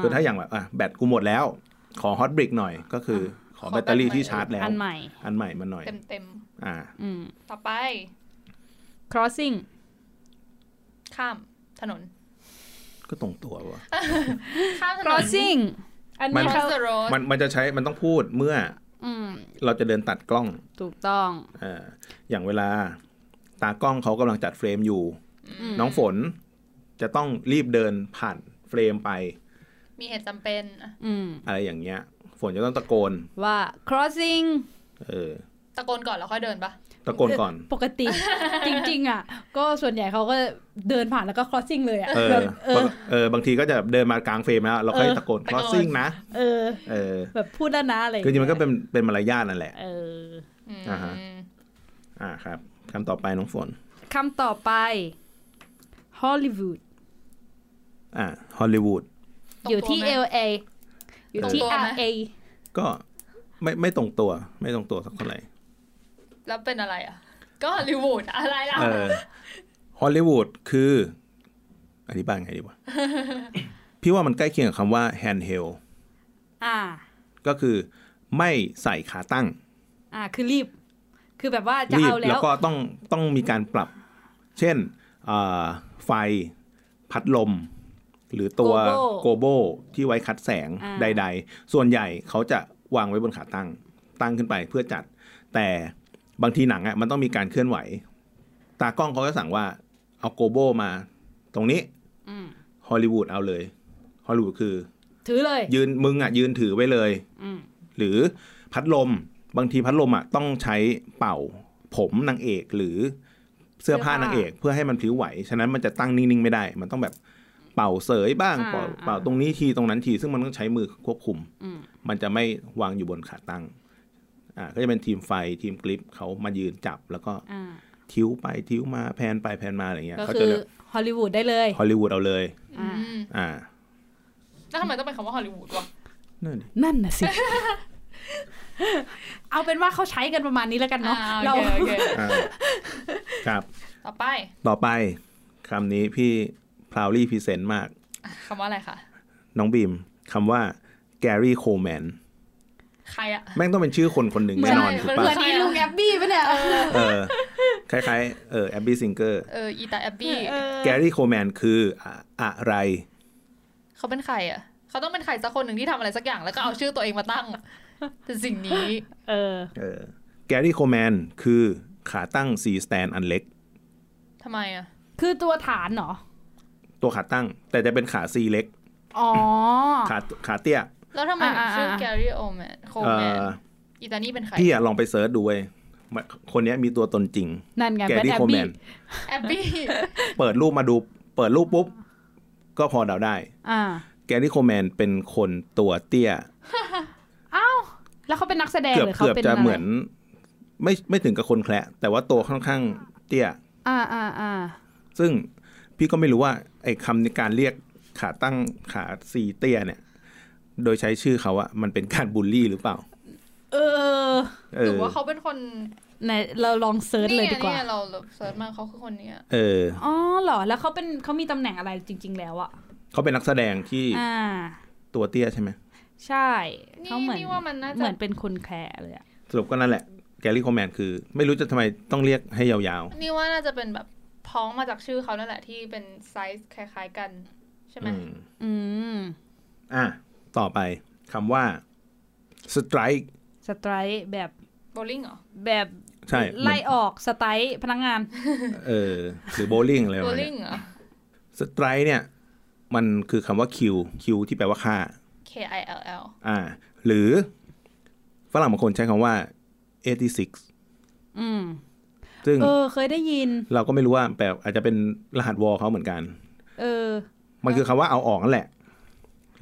คือถ้าอย่างแบบอ่ะแบตกูหมดแล้ว ขอฮอตบริกหน่อยก็คือขอแบตเตอรี่
ขอแบตใหม่
ที่ชาร์จแล้ว
อันใหม่
อันใหม่มาหน่อย
เต็มเต็ม
อ่า
อืม
ๆต่อไป
crossing
ข้ามถนน
ก็ตรงตัวว่ะ
ข้ามถนน
crossing อัน
มัน
เนี้ยเขา
cross the road
มันมันจะใช้มันต้องพูดเมื่อ
อืม
เราจะเดินตัดกล้อง
ถูกต้อง
อ่าอย่างเวลา ตากล้องเขากำลังจัดเฟรมอยู่
อืม
น้องฝนจะต้องรีบเดินผ่านเฟรมไป
มีเหตุจำเป็นอ่ะ
อืม
อะไรอย่างเงี้ย ฝนจะต้องตะโกน
ว่า crossing
เออ
ตะโกนก่อนแล้วค่อยเดินปะ
ตะโกนก่อน
ปก ติ จริง ๆ อ่ะ ก็ส่วนใหญ่เขาก็เดินผ่านแล้วก็ crossing เลยอ่ะ
เออ
แบบเออ
บางเออบางทีก็จะเดินมากลางเฟรมแล้วเราค่อยตะโกน crossing นะ
เออ
เออ
แบบพูดแล้วนะอะไรอย่า
คืองจริง
เงี้
มัน
ย
ก็เป็นเป็นมารยาทนั่นแหละ
เออ
อืม
อ่าฮะ อ่าครับคำต่อไปน้องฝน
คำต่อไป Hollywood
อ่าฮอลลีวูด
ตรง
อยู่ที่
ตัวไหม
LA อยู่ที่
ตรงตัวไหม
RA
ก็ไม่ไม่ตรงตัว ไม่ตรงตัวสักเท่าไหร่
แล้วเป็นอะไรอ่ะ ก็ฮอลลีวูดอะไรล่ะ
เออฮอลลีวูดคือ อธิบายไงดีวะ พี่ว่ามันใกล้เคียงกับคำว่า handheld
อ่า
ก็คือไม่ใส่ขาตั้ง
อ่า คือรีบ คือแบบว่าจะ
รีบ
เอาแล้
แล้ว
ว
ก็ต้องต้องมีการปรับ เช่นอ่าไฟพัดลม หรือตัว
Gobo
โกโบที่ไว้คัดแสง
อ่า
ใด ๆ ส่วนใหญ่เขาจะวางไว้บนขาตั้ง ตั้งขึ้นไปเพื่อจัด แต่บางทีหนังอ่ะมันต้องมีการเคลื่อนไหว ตากล้องเขาก็สั่งว่าเอาโกโบมา ตรงนี้
อืม
ฮอลลีวูดเอาเลยฮอลลีวูดคือ
ถือเลย
ยืนมึงอ่ะยืนถือไว้เลย
อืม
หรือพัดลมบางทีพัดลมอ่ะต้องใช้เป่าผมนางเอกหรือเสื้อผ้า
เสื้อผ้าน
นางเอก เพื่อให้มันพลิ้วไหว ฉะนั้นมันจะตั้งนิ่งๆไม่ได้ มันต้องแบบ เป่าเสยบ้าง
อ่า
เป่า
อ่า
เป่าตรงนี้ทีตรงนั้นทีซึ่งมันต้องใช้มือควบคุม
อืม
มันจะไม่วางอยู่บนขาตั้งอ่าก็จะเป็นทีมไฟทีมกริปเขามายืนจับแล้วก็
อ่า
ทิ้วไปทิ้วมาแพนไปแพนมาอะไรเงี้ย
ก็
เขา
คื
จะ
อ
เรียก
ฮอลลีวูดได้เลย
ฮอลลีวูดเอาเลย
อ่า
อืม
อ่า
แล้วทำไมต้องเป็นคำว่าฮอลลีวูดวะ
นั่นดิ
นั่นน่ะ สิ เอาเป็นว่าเขาใช้กันประมาณนี้แล้วกัน
อ่า
เนาะ
โอ
เรา
เคโอเค
อ่าครับ
ต่อไป
ต่อไปคำนี้พี่พราวลี่พรีเซนต์มาก
คำว่าอะไรคะ
น้องบีมคำว่าแกรี่โคลแมน
ใครอะ
แม่งต้องเป็นชื่อคนคนหนึ่ง
เหมือน
แน่นอนถูก
เหมื
เปิ
ปะ
ด
น
นี้ลุงแอบบี้ปะเนี่ย
เออคล้ายๆเออแอบบี้ซิงเกอร์
เอออีตาแอบบี้
เออ
แกรี่โคลแมนคืออะอะไร
เขาเป็นใครอะเขาต้องเป็นใครสักคนหนึ่งที่ทำอะไรสักอย่างแล้วก็เอาชื่อตัวเองมาตั้งแต่สิ่งนี้
เออ
เออแกรี่โคลแมนคือขาตั้ง C stand อันเล็ก
ทำไมอะ
คือตัวฐานเหรอ
ตัวขาตั้ง แต่จะเป็นขา C เล็ก
อ๋อ
ขาขาเตี้ย
แล้วทำไมถึงชื่อ
อ่าอ่า
แกรี่โอแมนโค
เอ่
แมน
อ
อีตานี่เป็นใคร
พี่อะลองไปเซิร์ชดูเว้ยมันคนเนี้ยมีตัวตนจริง
นั่นไง
แก
แบท
รี่
แอบ
โคลแม
บี้
น
แอบบี้
เปิดรูปมาดู เปิดรูปปุ๊บ ก็พอเดาได้
อ่า
แกรี่โคลแมนเป็นคนตัวเตี้ย
แล้วเขาเป็นนักแสดง
เกือบ
หรือเขา
เกือบ
เป็น
จะ
อะไร
เหมือน ไม่ไม่ถึงกับคนแคระแต่ว่าตัวค่อนข้างเตี้ย
อ่าอ่าอ่า
ซึ่งพี่ก็ไม่รู้ว่าไอ้คำในการเรียกขาตั้งขาซีเตี้ยเนี่ย โดยใช้ชื่อเขาอะมันเป็นการบูลลี่หรือเปล่า
เออ
เอ
หรือ
อ
ว่าเขาเป็นคน
ไหนเราลองเซิร์ชเลย
ไง
ดีกว่า
นี่ไงเราเซิร์ชมาเขาคือคนเนี้ย
เออ
อ๋อเหรอ แล้วเขาเป็นเขามีตำแหน่งอะไรจริง ๆ แล้วอะ
เขาเป็นนักแสดงที่
อ่า
ตัวเตี้ยใช่ไหม
ใช่
นี่
เขาเหมือน
นี่ว่ามันน่า
เห
จะ
มือนเป็นคนแคร์เลยอะ
สรุปก็นั่นแหละแกรี่โคแมนคือ ไม่รู้จะทำไมต้องเรียกให้ยาว
นี่ว่าน่าจะเป็นแบบพ้องมาจากชื่อเขานั่นแหละที่เป็นไซส์คล้าย ๆ กัน
ๆ
ใช่ไหม
อืม
อืม
อ่ะ ต่อไปคำว่า strike
สไตรค์แบบ
โบลิ่งเหรอ
แบบ
ใช่เหมือน
ไล่ออกสไตรค์พนักงาน
เออ หรือ bowling อะไรป
โบ
ระมาณ
ลิ่
เนี้ย
งเหรอ
strike เนี่ย มันคือคำว่า Q Q ที่แปลว่าฆ่า
K I L L
อ่า หรือฝรั่งบางคนใช้คำว่า 86
อืม
ซึ่ง
เออ เคยได้ยิน
เราก็ไม่รู้ว่าแปลอาจจะเป็นรหัสวอลเขาเหมือนกัน
เออ
มันคือคำว่าเอาออกนั่นแหละ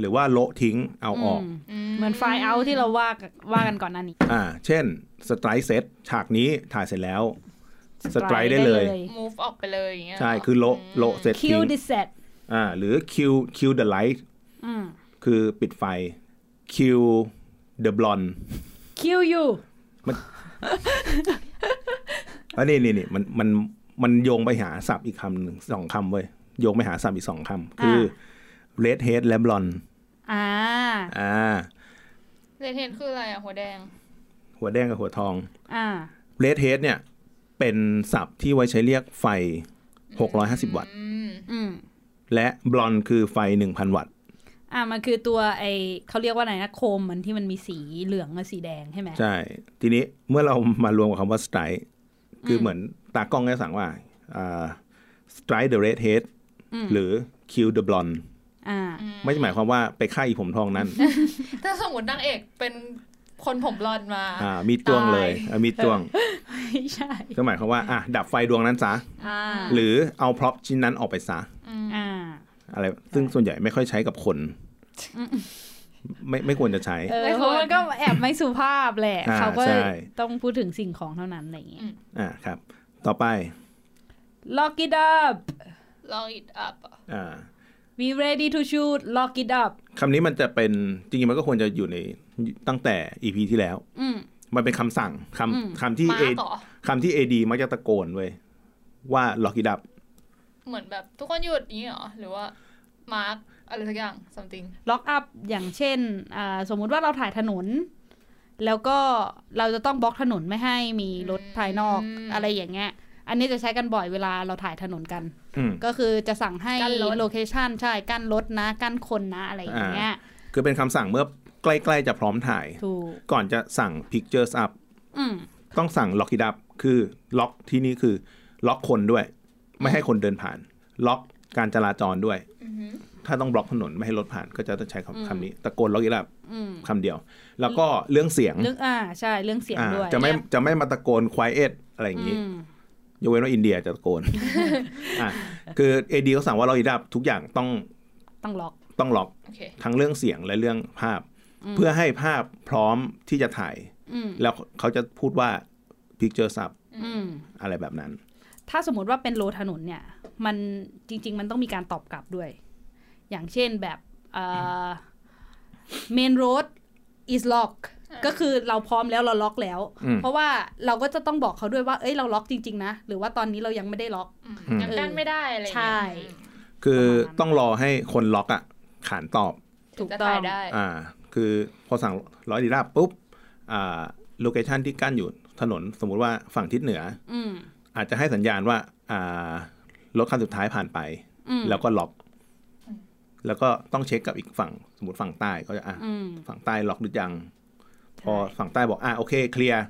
หรือว่าโละทิ้งเอาออก
มเหมือนไฟล์เอาที่เราว่ากันว่ากันก่อนหน้านี้
อ่า เช่นสไตร์เซตฉากนี้ถ่ายเสร็จแล้ว สไตร์ได้เลย
move ออกไปเลยอย่างเงี้ย
ใช่ คือโละโละเซต
คิ
ทิ้
ว
ง
ดิเซต
อ่า หรือ Q Q the light
อืม
คือปิดไฟ Q the blonde
คิวยู
อันนี้นี่นี่มันมันมันโยงไปหาศัพท์อีกคำหนึ่งสองคำเว้ยโยงไปหาศัพท์อีกสองคำ คือ red head และ blonde
อ่า
อ่า
เรดเทนคืออะไรอ่ะ หัวแดง
หัวแดงกับหัวทอง
อ่า
red head เนี่ย เป็นศัพท์ที่ไว้ใช้เรียกไฟ 650 วัตต์
อืม
อืม
และ blonde คือไฟ 1,000 วัตต์
อ่ามันคือตัวไอเขาเรียกว่าอะไรนะโคมมันที่มันมีสีเหลืองกับสีแดงใช่ไหม
ใช่ ทีนี้เมื่อเรามารวมกับคำว่า strike คือเหมือนตากล้องก็สั่งว่าอ่า strike the red head หรือ kill the blonde
อ่า
ไม่ได้หมายความว่าไปฆ่าอีผมทอง นั้น
ถ้าสมมตินางเอกเป็นคนผมบลอนด์มา
อ่า มีดจ้วงเลยอ่ะมีดจ้วง
ไม่ใช่
ก็หมายความว่าอ่ะดับไฟดวงนั้นซะ
อ่า
หรือเอาพร็อพชิ้นนั้นออกไปซะ
อ่า
อะไร ซึ่งส่วนใหญ่ไม่ค่อยใช้กับคน ไม่ไม่ควรจะใช้
เออ
ไม่ควร
เพราะมันก็แอบไม่สุภาพแหละ
อ่า
เขาก็
ใช่
ต้องพูดถึงสิ่งของเท่านั้นอะไรอย่างเงี้ย
อ่าครับ ต่อไป
ล็อก it up
long it up อ่ะ
อ่า
be ready to shoot lock it up
คำนี้มันจะเป็น จริงๆ มันก็ควรจะอยู่ในตั้งแต่ EP ที่แล้ว
อืม
มันเป็นคำสั่งคำคำที่
มา
เอ
ต่อ
คำที่ AD มักจะตะโกนเว้ยว่าล็อกอีดับ
เหมือนแบบทุกคนหยุดอย่างนี้เหรอ หรือว่า มาร์กอะไรสักอย่าง something
ล็อกอัพอย่างเช่นอ่าสมมุติว่าเราถ่ายถนน แล้วก็เราจะต้องบล็อกถนนไม่ให้มีรถภายนอก
อืม
อะไรอย่างเงี้ย อันนี้จะใช้กันบ่อยเวลาเราถ่ายถนนกัน
อืม
ก็คือจะสั่งให้
กั้นรถ
โลเคชันใช่กั้นรถนะ กั้นคนนะอะไรอย่างเงี้ย
คือเป็นคำสั่งเมื่อใกล้ ๆ จะพร้อมถ่าย
ถูก
ก่อนจะสั่ง pictures up
อืม
ต้องสั่งล็อกอีดับ คือล็อกที่นี่คือล็อกคนด้วย ไม่ให้คนเดินผ่าน ล็อกการจราจรด้วย
อือหือ
ถ้าต้องบล็อกถนนไม่ให้รถผ่าน ก็จะต้องใช้
อืม
คำคำนี้ ตะโกนล็อกอีดับ
อืม
คำเดียว แล้วก็เรื่องเสียง
เรื่องอ่าใช่เรื่องเสียง
อ่า
ด้วย
จะไม่
เงียบ
จะไม่มาตะโกน quiet อะไรอย่างนี้
อืม
ยกเว้นว่าอินเดียจะตะโกน อ่ะคือเอดีเขาสั่งว่าเราอีดับทุกอย่างต้อง
ต้องล็อก
ต้องล็อก
โอเค
ทั้งเรื่องเสียงและเรื่องภาพ
อืม
เพื่อให้ภาพพร้อมที่จะถ่าย
อืม
แล้วเขาจะพูดว่า picture sub
อืม
อะไรแบบนั้น
ถ้าสมมติว่าเป็นโลถนนเนี่ย มันจริง ๆ มันต้องมีการตอบกลับด้วย อย่างเช่นแบบเมนโรด is lock
อ่า
ก็คือเราพร้อมแล้วเราล็อกแล้ว
อืม
เพราะว่าเราก็จะต้องบอกเขาด้วยว่า เอ้ยเราล็อกจริง ๆ นะ หรือว่าตอนนี้เรายังไม่ได้ล็อก
อืมยังกั้นไม่ได้อะไรอย่าง
ใช่
เงี้ย
คือ
ประมาณนั้น
ต้องรอให้คนล็อกอะขานตอบ
ถู
ถู
ก
ก
จะ
ต้อ
ถ่าง ยได้
อ่า คือพอสั่งร้อยดีราบปุ๊บ อ่าโลเคชันที่กั้นอยู่ถนนสมมุติว่าฝั่งทิศเหนือ
อืม
อาจจะให้สัญญาณว่า อ่ารถคันสุดท้ายผ่านไป
อืม
แล้วก็ล็อก
อืม
แล้วก็ต้องเช็คกับอีกฝั่ง สมมติฝั่งใต้ก็จะอ่ะ
อืม
ฝั่งใต้ล็อกหรือยัง
ใช่
พอฝั่งใต้บอกอ่ะโอเคเคลียร์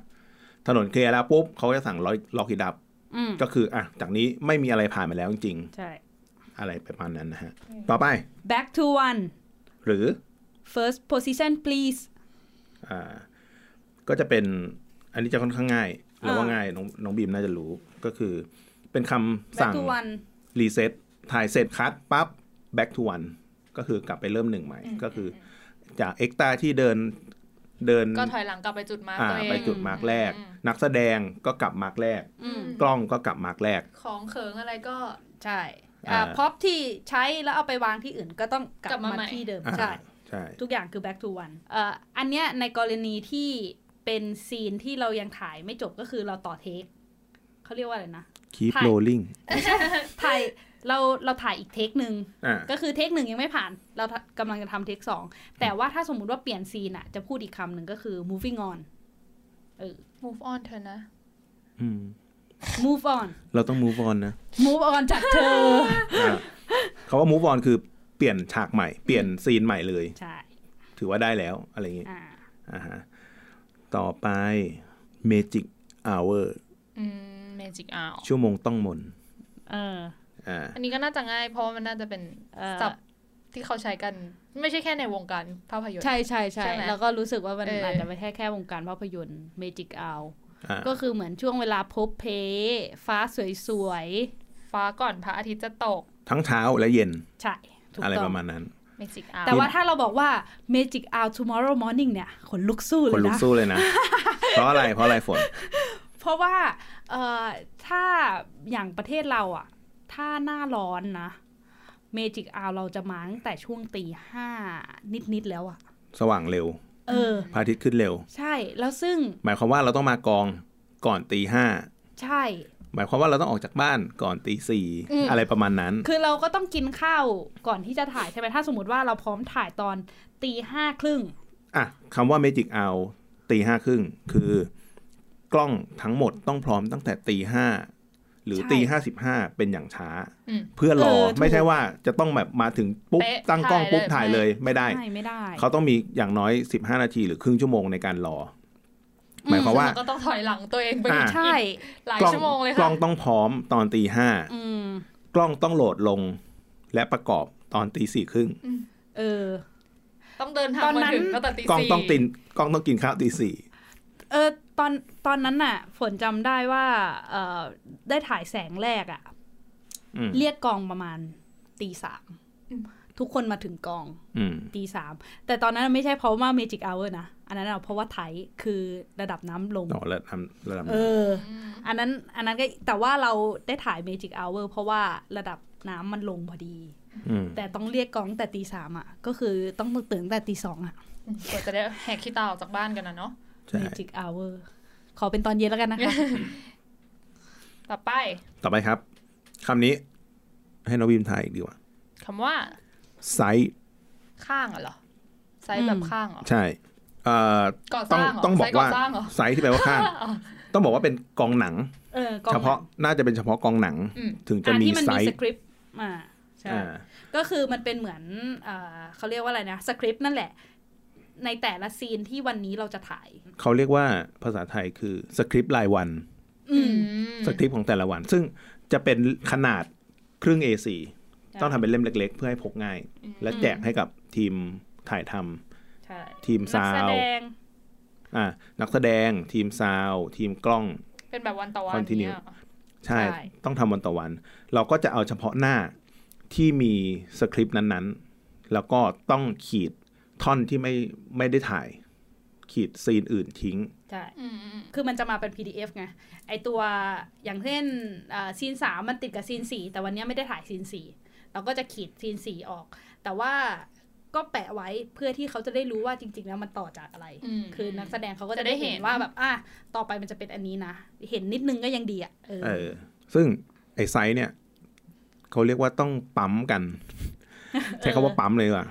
ถนนเคลียร์แล้วปุ๊บเขาจะสั่งร้อยล็อกอีดับ
อืม
ก็คืออ่ะจากนี้ไม่มีอะไรผ่านมาแล้วจริง
ใช่
ๆอะไรประมาณนั้นนะฮะ ต่อไป
back to one
หรือ
first position please
อ่าก็จะเป็นอันนี้จะค่อนข้างง่าย
อ่า
เราว่าง่ายน้องน้องบีมน่าจะรู้ก็คือ เป็นคำ
back
สั่ง
to one
รีเซ็ตถ่ายเสร็จคัดปั๊บ back to one ก็คือกลับไปเริ่มหนึ่งใหม่ ก็คือจากเอ็กตาที่เดินเดิน
ก็ถอยหลังกลับไปจุดมาร์ก
อ่า
ตัวเอง
ไปจุดมาร์กแรก
อืม
นักแสดงก็กลับมาร์กแรก
อืม
กล้องก็กลับมาร์กแรก
ของเขิงอะไรก็
ใช่อ่า
อ่า
พ็อปที่ใช้แล้วเอาไปวางที่อื่นก็ต้องก
กลั
ลับบ
มา
มา
ใหม่
ที่เดิม
อ่า
ใช่
ใช่
ทุกอย่างคือ back to one เอ่ออันเนี้ยในกรณีที่เป็นซีนที่เรายังถ่ายไม่จบก็คือเราต่อเทคเขาเรียกว่าอะไรนะ
คีป
ถ่าย
โรลลิง
ถ่ายเราเราถ่ายอีกเทคหนึ่ง
อ่า
ก็คือเทคหนึ่งยังไม่ผ่าน เรากำลังจะทำเทคสองแต่ว่าถ้าสมมุติว่าเปลี่ยนซีนอะจะพูดอีกคำหนึ่งก็คือ moving on
move on เธอนะ
อืม
move on
เราต้อง move on นะ
move on จากเธอ
อ่าคำว่า move on คือเปลี่ยนฉากใหม่ เปลี่ยนซีนใหม่เลย
ใช่
ถือว่าได้แล้วอะไรอย่างงี้
อ่า
อ่าฮะต่อไป Magic Hour
อืม magic hour
ชั่วโมงต้องมน
เออ
อ่า
อันนี้ก็น่าจะง่ายเพราะว่ามันน่าจะเป็น
เออ
ศัพท์ที่เขาใช้กัน ไม่ใช่แค่ในวงการภาพยนตร์
ใช่ใช่ใช่
ใช่ไหม
แล้วก็รู้สึกว่ามัน
เอออ
อาจจะไม่แค่แค่วงการภาพยนตร์ magic hour
อ่า
ก็คือเหมือนช่วงเวลาพบเพฟ้าสวย
ฟ้าก่อนพระอาทิตย์จะตก
ทั้งเช้าและเย็น
ๆ ใช่ถูก
อะไร
ต้อ
ป
ง
ระมาณนั้น
magic hour
แต่ว่าถ้าเราบอกว่า magic hour tomorrow morning เนี่ย ขนลุกสู้เล
คน
ย
ลุก
นะ
สู้เลยนะ เพราะอะไรเพราะอะไรฝน
เพราะว่าเอ่อถ้าอย่างประเทศเราอะถ้าหน้าร้อนนะ magic hour เราจะมาตั้งแต่ช่วงตีห้านิด ๆ แล้วอะ
สว่างเร็ว
เออ
พระอาทิตย์ขึ้นเร็ว
ใช่แล้วซึ่ง
หมายความว่าเราต้องมากองก่อนตีห้า
ใช่
หมายความว่าเราต้องออกจากบ้านก่อนตีสี่
อืม
อะไรประมาณนั้น
คือเราก็ต้องกินข้าวก่อนที่จะถ่ายใช่ไหมถ้าสมมติว่าเราพร้อมถ่ายตอนตีห้าครึ่ง
อ่ะคำว่า Magic Hour ตีห้าครึ่งคือ กล้องทั้งหมดต้องพร้อมตั้งแต่ตีห้าหรือตีห้าสิบห้าเป็นอย่างช้า
อืม
เพื่อรอ
เออถูก
ไม่ใช่ว่าจะต้องแบบมาถึงปุ๊บ
เป๊ะ
ตั้งกล้องปุ๊บ
ถ่า
ถ่าย ย
เล
เลย ยไม่ได้
ใช่ไม่ได้
เขาต้องมีอย่างน้อย 15 นาทีหรือครึ่งชั่วโมงในการรออ
ม
หมายความว่า
แล้วก็ต้องถอยหลังตัวเองไป
อ่า
อีก
ใช่
หลาย
กล้อง
ชั่วโมงเลย
กล้
ค่ะ
องต้องพร้อมตอนตีห้า
อืม
กล้องต้องโหลดลง และประกอบตอนตีสี่ครึ่ง
เออ
ต้องเดินทาง
ตอน
มา
นั้น
ถึงตั้งแต่ตี
กล้อง
สี่
ต้องตินกล้องต้องกินข้าวตีสี่
เออตอนตอนนั้นน่ะ ฝนจำได้ว่าเออได้ถ่ายแสงแรกอะ
อืม
เรียกกองประมาณตีสามทุกคนมาถึงกอง
อืม
ตีสามแต่ตอนนั้นไม่ใช่เพราะว่า Magic Hour นะ อันนั้นอะเพราะว่าไทยคือระดับน้ำลง
ต่อระดับระดับ
เออ อันนั้นอันนั้นก็แต่ว่าเราได้ถ่าย Magic Hour เพราะว่าระดับน้ำมันลงพอดี
ม
แต่ต้องเรียกกองตั้งแต่ตีสามอะก็คือต้องตื่นตั้งแต่ตีสองอะ
กว่าจะได้แหกขี้ตาออกจากบ้านกันนะเนาะ
ใช่
Magic Hour ขอเป็นตอนเย็นแล้วกันนะคะ
ต่อไป
ต่อไปครับคำนี้ ให้น้องบีมถ่ายอีกดีกว่า
คำว่า
ไซส์
ข้างอะเหรอไซส์แบบข้างเหรอ
ใช่เอ่อ
ก่อส
ต้อง
ร้างเหรอ
ต้องบ
ไซ
อก
ส์ก่อ
ว่า
สร้างเหรอ
ไซส์ที่แปลว่าข้าง ต้องบอกว่าเป็นกองหนัง
เออกอง
เฉพาะน่าจะเป็นเฉพาะกองหนัง
อืม
ถึงจะ
อ่ะ
มี
ที่มัน
ไซ
มีส
ส์
คริปต์อ่าใช่
อ่า
ก็คือมันเป็นเหมือนเอ่อเขาเรียกว่าอะไรนะสคริปต์นั่นแหละ ในแต่ละซีนที่วันนี้เราจะถ่าย
เขาเรียกว่าภาษาไทยคือสคริปต์รายวัน
อืม
ม
สคริปต์ของแต่ละวัน ซึ่งจะเป็นขนาดครึ่ง A4 ต้องทำเป็นเล่มเล็ก ๆ เพื่อให้พกง่าย และแจกให้กับทีมถ่ายท
ใช่
ำทีมซา
นัก
ว
แสดง
อ่านักแสดงทีมซาว ทีมกล้อง
เป็นแบบวันต่อวัน
Continue
เยเหรอ
ใช่
ใช่
ต้องทำวันต่อวัน เราก็จะเอาเฉพาะหน้าที่มีสคริปต์นั้น แล้วก็ต้องขีดท่อนที่ไม่ไม่ได้ถ่าย ขีดซีนอื่นทิ้ง
ใช่
อืมอืม
คือมันจะมาเป็น PDF ไง ไอตัวอย่างเช่นอ่าซีนสามมันติดกับซีนสี่แต่วันเนี้ยไม่ได้ถ่ายซีนสี่เราก็จะขีดซีนสี่ออก แต่ว่าก็แปะไว้เพื่อที่เขาจะได้รู้ว่าจริง ๆ แล้วมันต่อจากอะไร
อืม
คือนักแสดงเขาก็จะ
จะได้
ได้เห็น
เห็น
ว่าแบบอ่ะต่อไปมันจะเป็นอันนี้นะ เห็นนิดนึงก็ยังดีอ่ะเออ
เออ ซึ่งไอ้ไซส์เนี่ยเขาเรียกว่าต้องปั๊มกัน ใช้คำว่าปั๊มเลยดีกว่ะ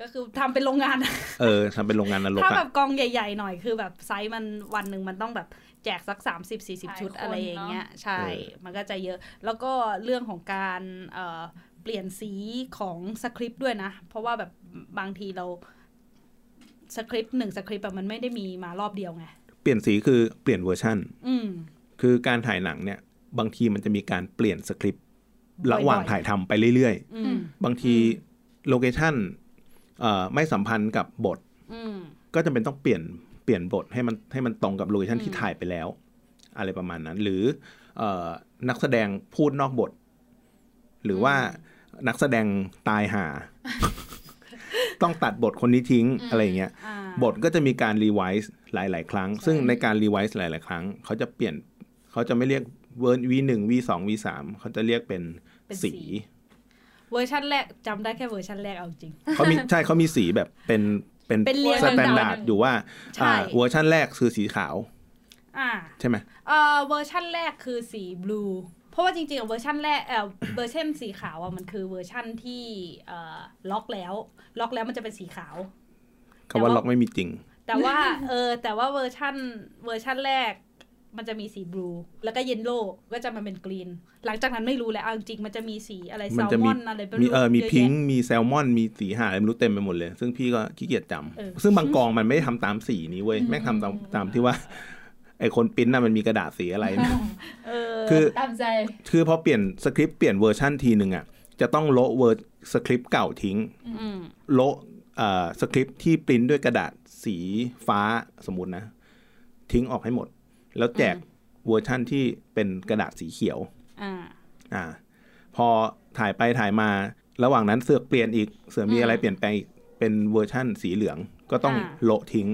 ก็คือทำเป็นโรงงาน
เออทำเป็นโรงงานนรก
ถ้าแบ
อะ
บกองใหญ่ ๆ หน่อยคือแบบไซส์มันวันหนึ่งมันต้องแบบแจกสัก 30 40 ชุด
หลายคน
อะไรอย่างเงี้ยใช่มันก็จะเยอะ แล้วก็เรื่องของการเอ่อเปลี่ยนสีของสคริปต์ด้วยนะ เพราะว่าแบบบางทีเราสคริปต์หนึ่งสคริปต์แบบมันไม่ได้มีมารอบเดียวไง
เปลี่ยนสีคือเปลี่ยนเวอร์ชั่น
อืม
คือการถ่ายหนังเนี่ย บางทีมันจะมีการเปลี่ยนสคริปต์
บ่อยๆ
ระหว่างถ่ายทำไปเรื่อย
อืม
ๆ บางทีโลเคชั่นเอ่อไม่สัมพันธ์กับบท
อืม
ก็จะเป็นต้องเปลี่ยนเปลี่ยนบทให้มันให้มันตรงกับโลเคชัน
อืม
ที่ถ่ายไปแล้ว อะไรประมาณนั้น หรือเออนักแสดงพูดนอกบท หรือว่านักแสดงตาย หา ต้องตัดบทคนนี้ทิ้ง
อืม
อะไรอย่างเงี้ย
อ่า
บทก็จะมีการรีไวซ์หลาย ๆ ครั้ง
ใช่
ซึ่งในการรีไวซ์หลาย ๆ ครั้ง เขาจะเปลี่ยนเขาจะไม่เรียกเวอร์วีหนึ่งวีสองวีสามเขาจะเรียกเป็น
เป็น
สี
สี เวอร์ชันแรกจำได้แค่เวอร์ชันแรกเอาจริง
เขามี ใช่เขามีสีแบบเป็นเป็น
เป็นเรียง
สแตนดาร์ด
ลำดับ
อยู่ว่า
ใช่
อ่าเวอร์ชันแรกคือสีขาว
อ่า
ใช่ไหม
เอ่อเวอร์ชั่นแรกคือสีบลูเพราะว่าจริงๆอะเวอร์ชั่นแรกเอ่อเวอร์ชันสีขาวอ่ะมันคือเวอร์ชั่นที่เอ่อล็อกแล้ว ล็อกแล้วมันจะเป็นสีขาว
คำว่าล็อกไม่มีจริง
แต่ว่า เออแต่ว่าเวอร์ชันเวอร์ชั่นแรก มันจะมีสีบลูแล้วก็เยนโล่ก็จะมาเป็นกรีน หลังจากนั้นไม่รู้แล้วเอาจริงๆมันจะมีสีอะไรแซ
มัน
ล
จะ
ม
มี
อนอะไรไม่
มี
รู้
เออมี
ยะแยะ
พิงค์มีแซลมอน มีสีหาอะไรไม่รู้เต็มไปหมดเลย ซึ่งพี่ก็ขี้เกียจจำ
เออ
ซึ่งบางกองมันไม่ได้ทำตามสีนี้เว้ยแม่งทำตามตามที่ว่า ไอคนปริ้นน่ะมันมีกระดาษสีอะไร
เออ
คือ
ตามใจ
คือพอเปลี่ยนสคริปต์เปลี่ยนเวอร์ชั่นทีหนึ่งอ่ะจะต้องโละเวอร์สคริปต์เก่าทิ้ง
อืม
โละเอ่อสคริปต์ที่ปริ้นด้วยกระดาษสีฟ้าสมมตินะ ทิ้งออกให้หมด แล้วแจกเวอร์ชั่นที่เป็นกระดาษสีเขียว
อ่า
อ่าพอถ่ายไปถ่ายมาระหว่างนั้นเสือกเปลี่ยนอีก เสือกมี
อืม
อะไรเปลี่ยนแปลงอีกเป็นเวอร์ชั่นสีเหลืองก็ต้อง
อ่า
โละทิ้ง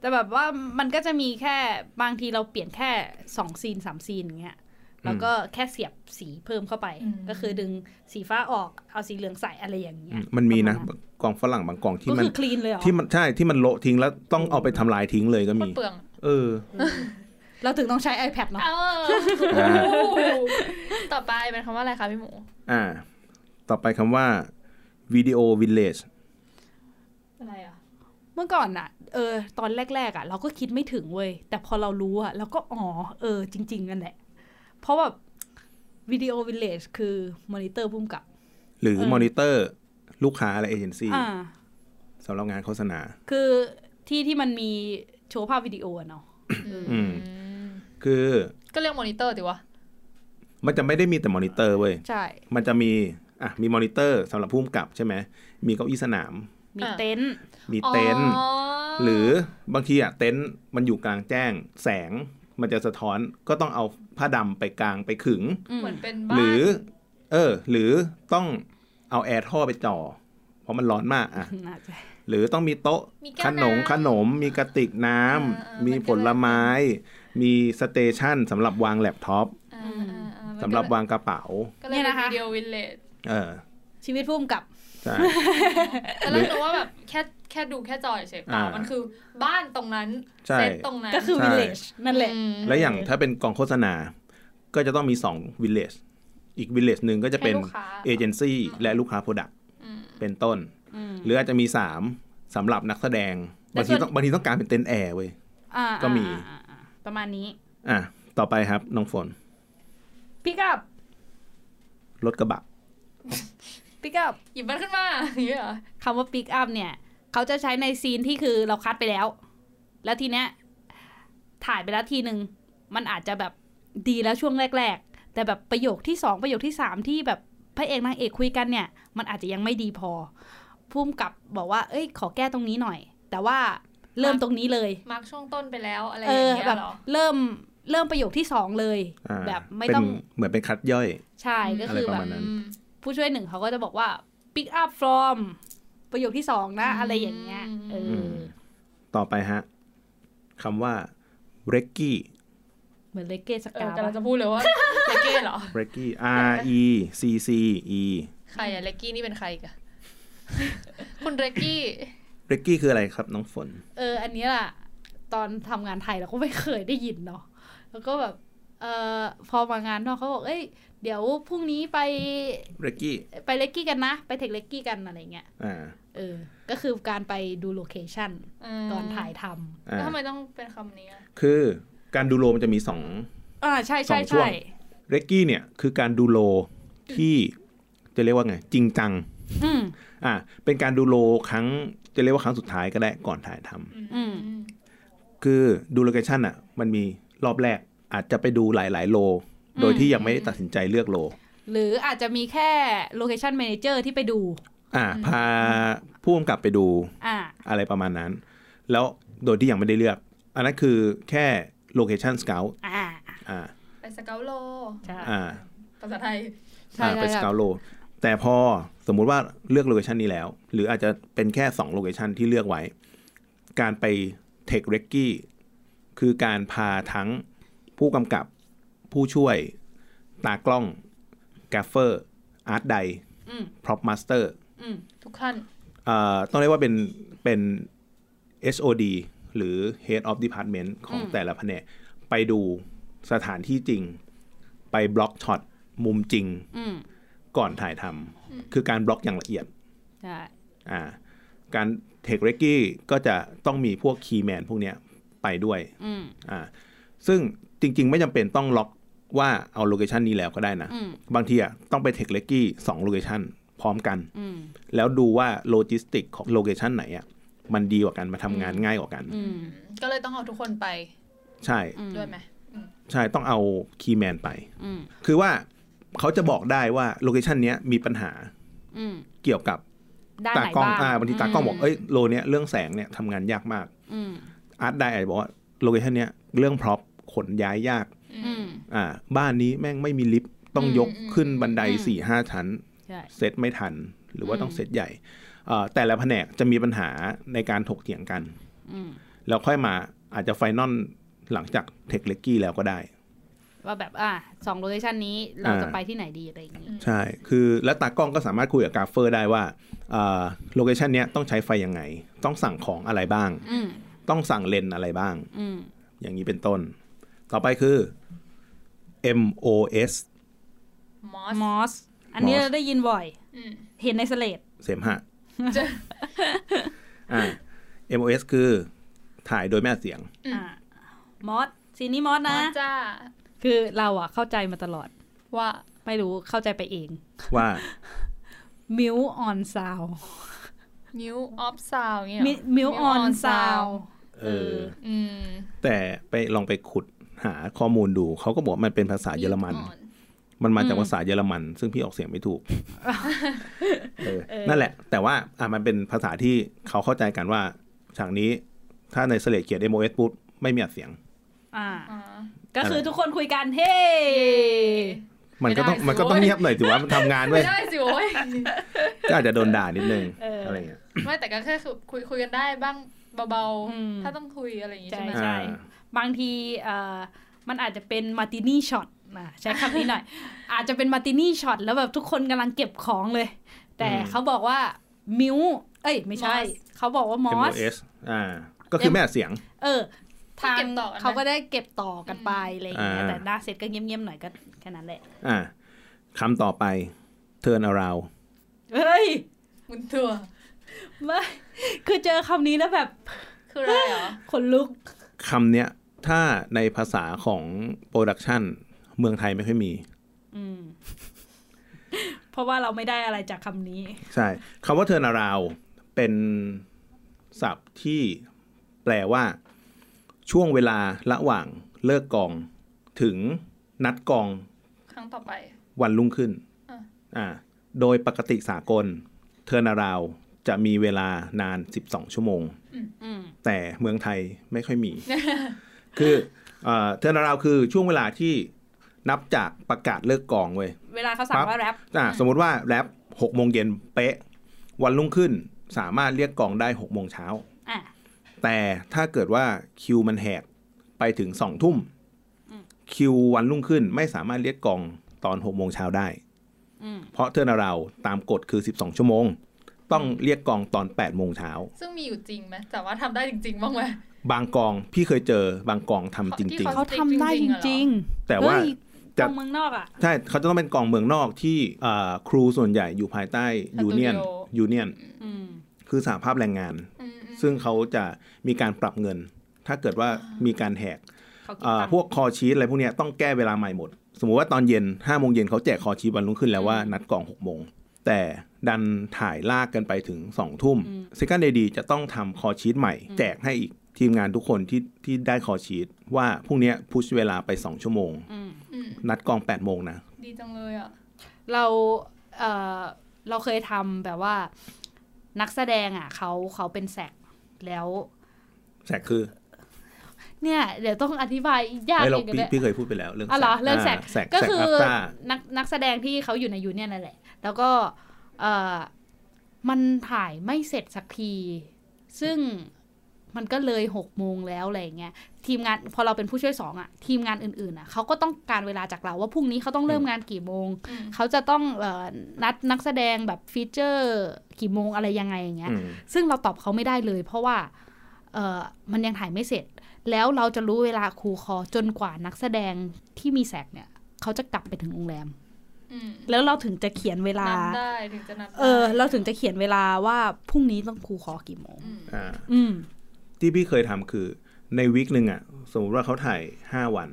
แต่แบบว่ามันก็จะมีแค่บางทีเราเปลี่ยนแค่สองซีนสามซีนอย่างเงี้ยแล้วก็แค่เสียบสีเพิ่มเข้าไป
อืม
ก็คือดึงสีฟ้าออกเอาสีเหลืองใส่อะไรอย่างเงี้ย
มันมีนะ
ปร
กองฝรั่งบางกองที่
าณ
มัน
ก็คือคลีนเลยเหรอ
ที่มันใช่ที่มันโละทิ้งแล้วต้องเอาไปทำลายทิ้งเลยก็
โค
มี
ตรเปลือง
เออ
เราถึงต้องใช้ iPad เนาะ
เออ
อ่า
ต่อไปเป็นคำว่าอะไรคะพี่หมู
อ่า ต่อไปคำว่าวิดีโอวิลเลจ
อะไรอ่ะ
เมื่อก่อนอะเออตอนแรกๆอะเราก็คิดไม่ถึงเว้ยแต่พอเรารู้อะเราก็อ๋อเออจริงๆกันแหละ เพราะแบบวิดีโอวิลเลจคือมอนิเตอร์พุ่มกับ
หรือ
เออ
มอนิเตอร์ลูกค้าและเอเจนซี่
อ่า
สำหรับงานโฆษณา
คือที่ที่มันมีโชว์ภาพวิดีโออะเนาะ
อืม คือ
ก็เรียกมอนิเตอร์ดิวะ
มันจะไม่ได้มีแต่มอนิเตอร์เว้ย
ใช่
มันจะมีอ่ะมีมอนิเตอร์สำหรับผู้กำกับใช่ไหม มีเก้าอี้สนาม
มี
อ่ะ
เต็นท์
มีเต็นท์
อ๋อ
หรือบางทีอ่ะเต็นท์มันอยู่กลางแจ้ง แสงมันจะสะท้อนก็ต้องเอาผ้าดำไปกลางไปขึง
เหมือนเป็นบ้าน
หรือ เออ หรือต้องเอาแอร์ท่อไปจ่อ เพราะมันร้อนมากอ่ะ
น่าจะ
หรือต้องมีโต๊ะ
มีแก้
ข
วำ
นมขนม มีกระติกน้
อ่า
ำ
มี
มีผลไม้ มีสเตชันสำหรับวางแล็ปท็อป
อ่าอ่าอ่า
สำหรับวางกระเป๋า
ก็เลยเป็นวิดีโอวิลเลจ
เออ
ชีวิตพุ่มกับ
ใช่
แต่เราคิดว่าแบบแค่แค่ดูแค่จอยเฉยๆเปล่า
อ่ามั
มันคือบ้านตรงนั้น
ใช่
เซตตรงนั้น
ก็คือ
ใช่
วิลเลจนั่นแหละ
อืม
และอย่างถ้าเป็นกองโฆษณา ก็จะต้องมี2 village อีก village หนึ่งก็จะเป็น
ให้ลูกค้า
เอเจนซี่และลูกค้า Product
อืม
เป็นต้น
อืม
หรืออาจจะมี 3สำหรับนักแสดง
แต่
บาง
ส่
ที
วน
ต้องบางทีต้องการเป็นเต็นท์แอร์เว้ย
อ่า
ก็มี
อ่าอ่าอ่าประมาณนี้
อ่ะ ต่อไปครับ น้องฝน
พิกับ
รถกระบะ
พิกับ
หยิบมันขึ้นมาอย่างเงี้ยเหรอ
คำว่าพิกอัพเนี่ย เขาจะใช้ในซีนที่คือเราคัดไปแล้ว แล้วทีเนี้ย ถ่ายไปแล้วทีหนึ่ง มันอาจจะแบบดีแล้วช่วงแรก ๆ แต่แบบประโยคที่สองประโยคที่สามที่แบบพระเอกนางเอกคุยกันเนี่ย มันอาจจะยังไม่ดีพอพุ่มกับบอกว่า เอ้ย ขอแก้ตรงนี้หน่อย แต่ว่าเริ่มตรงนี้เลย
มาร์กช่วงต้นไปแล้วอะไรอ
เอย่าง อ
เงี้
แบ
ย
บ
เหรอ
เริ่มเริ่มประโยคที่สองเลย
อ่า
แบบไม่
เป็น
ต้อง
เหมือนเป็นคัดย่อย
ใช่ก็
อะไร
คือ
ประ
แบ
มา
บ
ณนั้น
ผู้ช่วยหนึ่งเขาก็จะบอกว่า pick up from ประโยคที่สองนะอะไรอย่างเงี้ยเอออ
ม ต่อไปฮะคำว่าเรกกี้
เหมือนเลเก้ส
เอ
า
อก
ว
กำลังจะพูดเลยว่า เลกเก้เหรอ
เรกกี้ R E C C E
ใครอะเลกกี้นี่เป็นใครอีกันคุณเลกกี้
เรกกี้คืออะไรครับน้องฝน
เออ อันนี้ล่ะ ตอนทำงานไทยเราก็ไม่เคยได้ยินเนาะ แล้วก็แบบเออพอมางานนอกเขาบอกเอ้ยเดี๋ยวพรุ่งนี้ไป
เรกกี้
ไปเลกกี้กันนะ ไปเทคเลกกี้กันอะไรเงี้ย
อ่า
เออก็คือการไปดูโลเคชั่นก่อนถ่ายทำ
อ่า
แล้วทำไมต้องเป็นคำนี้อะ
คือการดูโลมันจะมีสอง
อ่าใช่
สอ
ใช่
งช่วง
ใช่
เรกกี้เนี่ยคือการดูโลที่จะเรียกว่าไง จริงจัง
อืม
อ่าเป็นการดูโลครั้งจะเรียกว่าครั้งสุดท้ายก็ได้ก่อนถ่ายทำ
อืม
คือดูโลเคชันอ่ะ มันมีรอบแรกอาจจะไปดูหลาย ๆ โล โดยที่ยังไม่ได้ตัดสินใจเลือกโล
หรืออาจจะมีแค่โลเคชั่น m ม n เจอร์ที่ไปดู
อ่า พาผู้กำกับไปดู
อ่า
อะไรประมาณนั้น แล้วโดยที่ยังไม่ได้เลือก อันนั้นคือแค่โลเคชันสเกล
อ่า
อ่า
ไปสเกลโล
ใช่
อ่า
ภาษาไทย
ใช่
อ่าเป็นส
ใช่ใช่
เกลโลแต่พอสมมุติว่าเลือกโลเคชันนี้แล้ว หรืออาจจะเป็นแค่2โลเคชันที่เลือกไว้ การไปเทคเรกกี้คือการพาทั้งผู้กำกับผู้ช่วยตากล้องกราฟเฟอร์อาร์ตได
อืม
พร็อพมาสเตอร์
อืม
ทุกท่าน
เอ่อต้องเรียกว่าเป็นเป็น SOD หรือ Head of Department ของแต่ละแผนกไปดูสถานที่จริง ไปบล็อกช็อตมุมจริง
อืม
ก่อนถ่ายทำคือการบล็อกอย่างละเอียด
ใช่
อ่าการเทคเรกกี้ก็จะต้องมีพวกคีย์แมนพวกเนี้ยไปด้วย
อืม
อ่าซึ่งจริง ๆ ไม่จำเป็นต้องล็อกว่าเอาโลเคชันนี้แล้วก็ได้นะ
อืม
บางทีอ่ะต้องไปเทคเรกกี้สองโลเคชันพร้อมกัน
อืม
แล้วดูว่าโลจิสติกของโลเคชันไหนอ่ะมันดีกว่ากันมาทำงานง่ายกว่ากัน
อืม
อืมก็เลยต้องเอาทุกคนไป
ใช่
อืม
ด้วยไหมอืม
ใช่ต้องเอาคีย์แมนไป
อืม
คือว่าเขาจะบอกได้ว่าโลเคชันเนี้ยมีปัญหา
อืม
เกี่ยวกับ
ได้
ตา
ไหน
กล้อง
บ้าง
อ่าบางทีตากล้องบอกเอ้ยโลเนี้ยเรื่องแสงเนี้ยทำงานยากมาก
อืม
อาร์ตได้อาจจะบอกว่าโลเคชันเนี้ยเรื่องพร็อพขนย้ายยาก
อืม
อ่าบ้านนี้แม่งไม่มีลิฟต์ต้องยกขึ้นบันได
อืม
สี่ห้าชั้น
ใช่
เซตไม่ทันหรือว่า
อืม
ต้องเซตใหญ่เอ่อแต่ละแผนกจะมีปัญหาในการถกเถียงกัน
อืม
แล้วค่อยมาอาจจะไฟนอลหลังจากเทคเลกกี้แล้วก็ได้
ว่าแบบอ่าสองโลเคชันนี้เราจะ
อ่า
ไปที่ไหนดีอะไรอย่างงี้
ใช่ คือแล้วตากล้องก็สามารถคุยกับกราฟเฟอร์ได้ว่าโลเคชันเนี้ยต้องใช้ไฟยังไง ต้องสั่งของอะไรบ้าง
อืม
ต้องสั่งเลนส์อะไรบ้าง
อืม
อย่างนี้เป็นต้น ต่อไปคือ MOS
มอส
มอส อันนี้
Moss
เราได้ยินบ่อย
อืม
เห็นในสเลด
เสมหะอ่า MOS คือถ่ายโดยไม่อัดเสียง
อ่ามอสซีนนี้มอส
มอ
นะ
สจ้า
คือเราอ่ะเข้าใจมาตลอด
ว่า
ไม่รู้เข้าใจไปเอง
ว่า
มิวออนซาว
นิ้วออฟซาวเนี่ยเหรอ
มิว
Mute
ออน
on
ซาว
sound
เออ
อืม
แต่ไปลองไปขุดหาข้อมูลดู เขาก็บอกมันเป็นภาษาเยอรมัน มันมาจากภาษาเยอรมัน ซึ่งพี่ออกเสียงไม่ถูกเออนั่นแหละ แต่ว่าอ่ะมันเป็นภาษาที่เขาเข้าใจกันว่าฉากนี้ถ้าในเสเลดเขียน MOS ปุ๊บไม่มีอัดเสียง
อ่า
อ่า
ก็คือทุกคนคุยกันเฮ้
มันก็ต้อง
ไม่ได้สิ
มันก็ต้อง
โว้ย
เงียบหน่อยถือว่ามันทำงานด้ว
ไม่
ย
ได้สิโว้ย
ก็อาจจะโดนด่านิดนึง
เอออ
อะไรเงี้ย
ไม่แต่ก็แค่คุยคุยกันได้บ้างเบา
อืม
ๆ ถ้าต้องคุยอะไรอย่างงี้
ใช่
ใช่ไหม
อ่า
บางทีเอ่อมันอาจจะเป็นมาร์ตินี่ช็อตนะใช้คำนี้หน่อย อาจจะเป็นมาร์ตินี่ช็อตแล้วแบบทุกคนกำลังเก็บของเลย แต่เขาบอกว่ามิวเอ้ยไม่ใช่ เขาบอกว่าม
เอ็
อ
มโอ
ส
เอสอ่า ก็คือ
M-
ไม่อัดเสียง
เออ ทางเขาก็ได้เก็บต่อกันไปอะไรอย่างเงี้ย
อ่า
แต่หน้าเซตก็เงียบๆหน่อยก็แค่นั้นแหละ
อ่าคำต่อไป turn around
เฮ้ย
หมุนตัว
ไม่คือเจอคำนี้แล้วแบบ
คืออะไรเหรอ
ขนลุก
คำเนี้ยถ้าในภาษาของโปรดักชันเมืองไทยไม่ค่อยมี
อืม เพราะว่าเราไม่ได้อะไรจากคำนี้
ใช่คำว่าเทอร์นาราวเป็นศัพท์ที่แปลว่า ช่วงเวลาระหว่างเลิกกอง ถึงนัดกอง
ครั้งต่อไป
วันรุ่งขึ้น
อ่ะ
อ่าโดยปกติสากลเทอร์นาราวจะมีเวลานาน 12 ชั่วโมง
อืม
แต่เมืองไทยไม่ค่อย มี คือเอ่อเทอร์นาราวคือช่วงเวลาที่นับจากประกาศเลิกกองเว้ย
เวลาเขาสั่งว่าแรป
อ่ะสมมติว่าแรปหกโมงเย็นเป๊ะ วันรุ่งขึ้น สามารถเรียกกองได้หกโมงเช้า
อ่ะ
แต่ถ้าเกิดว่าคิวมันแหกไปถึงสองทุ่ม
อืม
คิววันรุ่งขึ้นไม่สามารถเรียกกองตอนหกโมงเช้าได้
อืม
เพราะเทอร์นาเราวด์ตามกฎคือ 12 ชั่วโมง ต้องเรียกกองตอน8โมงเช้า
ซึ่งมีอยู่จริงไหมแต่ว่าทำได้จริง ๆ บ้างไหม
บางกองพี่เคยเจอบางกองทำจ
ที่
ริง
เขา
เขาทำได้จริง
ๆ
ๆ
แต่ว่า
เฮ้ย
จะ
ของเมืองนอกอ่ะ
ใช่เขาจะต้องเป็นกองเมืองนอกที่เอ่อครูส่วนใหญ่อยู่ภายใต้
สตูดิ
ยู
โอ
เนียนยูเนียน
อืม
คือสหภาพแรงงาน
อืมอืม
ซึ่งเขาจะมีการปรับเงิน ถ้าเกิดว่ามีการแหก
เขาคิด
เอ่อ
ตังค์
พวกคอชีสอะไรพวกเนี้ยต้องแก้เวลาใหม่หมด สมมุติว่าตอนเย็น5โมงเย็นเขาแจกคอชีสวันรุ่งขึ้นแล้วว่านัดกอง6โมงแต่ดันถ่ายลากกันไปถึง2ทุ่ม
อืม
ซ e กันเดดีจะต้องทำคอชีตใหม่
อืม
แจกให้อีกทีมงานทุกคนที่ที่ได้คอชีตว่าพรุ่งเนี้ยพุชเวลาไป 2 ชั่วโมง
อืม
อืม
นัดกอง 8 โมงนะ
ดีจังเลยอ่ะ
เราเออเราเคยทำแบบว่านักแสดงอ่ะเขาเขาเป็นแสกแล้ว
แสกคือ
เนี่ย เดี๋ยวต้องอธิบายอีกยาก
ไอ้ยเรา
อีก
พี่
เลย
พี่เคยพูดไปแล้ว เรื่อง
อ๋อเหรอเรื่องแสก
าแสก
ก็
แสก
คือ
อัพต้า
นักนักแสดงที่เขาอยู่ในยูเนี่ยนนั่นแหละ แล้วก็เออมันถ่ายไม่เสร็จสักที ซึ่งมันก็เลยหกโมงแล้วอะไรอย่างเงี้ยทีมงานพอเราเป็นผู้ช่วยสองอ่ะทีมงานอื่นๆอ่ะเขาก็ต้องการเวลาจากเราว่าพรุ่งนี้เขาต้องเริ่มงานกี่โมง
อืม
เขาจะต้องเอ่อนัดนักแสดงแบบฟีเจอร์กี่โมงอะไรยังไงอย่างเงี้ย
อืม
ซึ่งเราตอบเขาไม่ได้เลย เพราะว่าเอ่อมันยังถ่ายไม่เสร็จ แล้วเราจะรู้เวลาครูคอจนกว่านักแสดงที่มีแสกเนี่ย เขาจะกลับไปถึงโรงแรม
อืม
แล้วเราถึงจะเขียนเวลา
นัดได้ถึงจะนัดได้
เออ เราถึงจะเขียนเวลาว่าพรุ่งนี้ต้องครูคอกี่โมง
อืม
อ่า
อืม
ที่พี่เคยทำคือในวิกหนึ่งอ่ะ สมมติว่าเขาถ่าย 5 วัน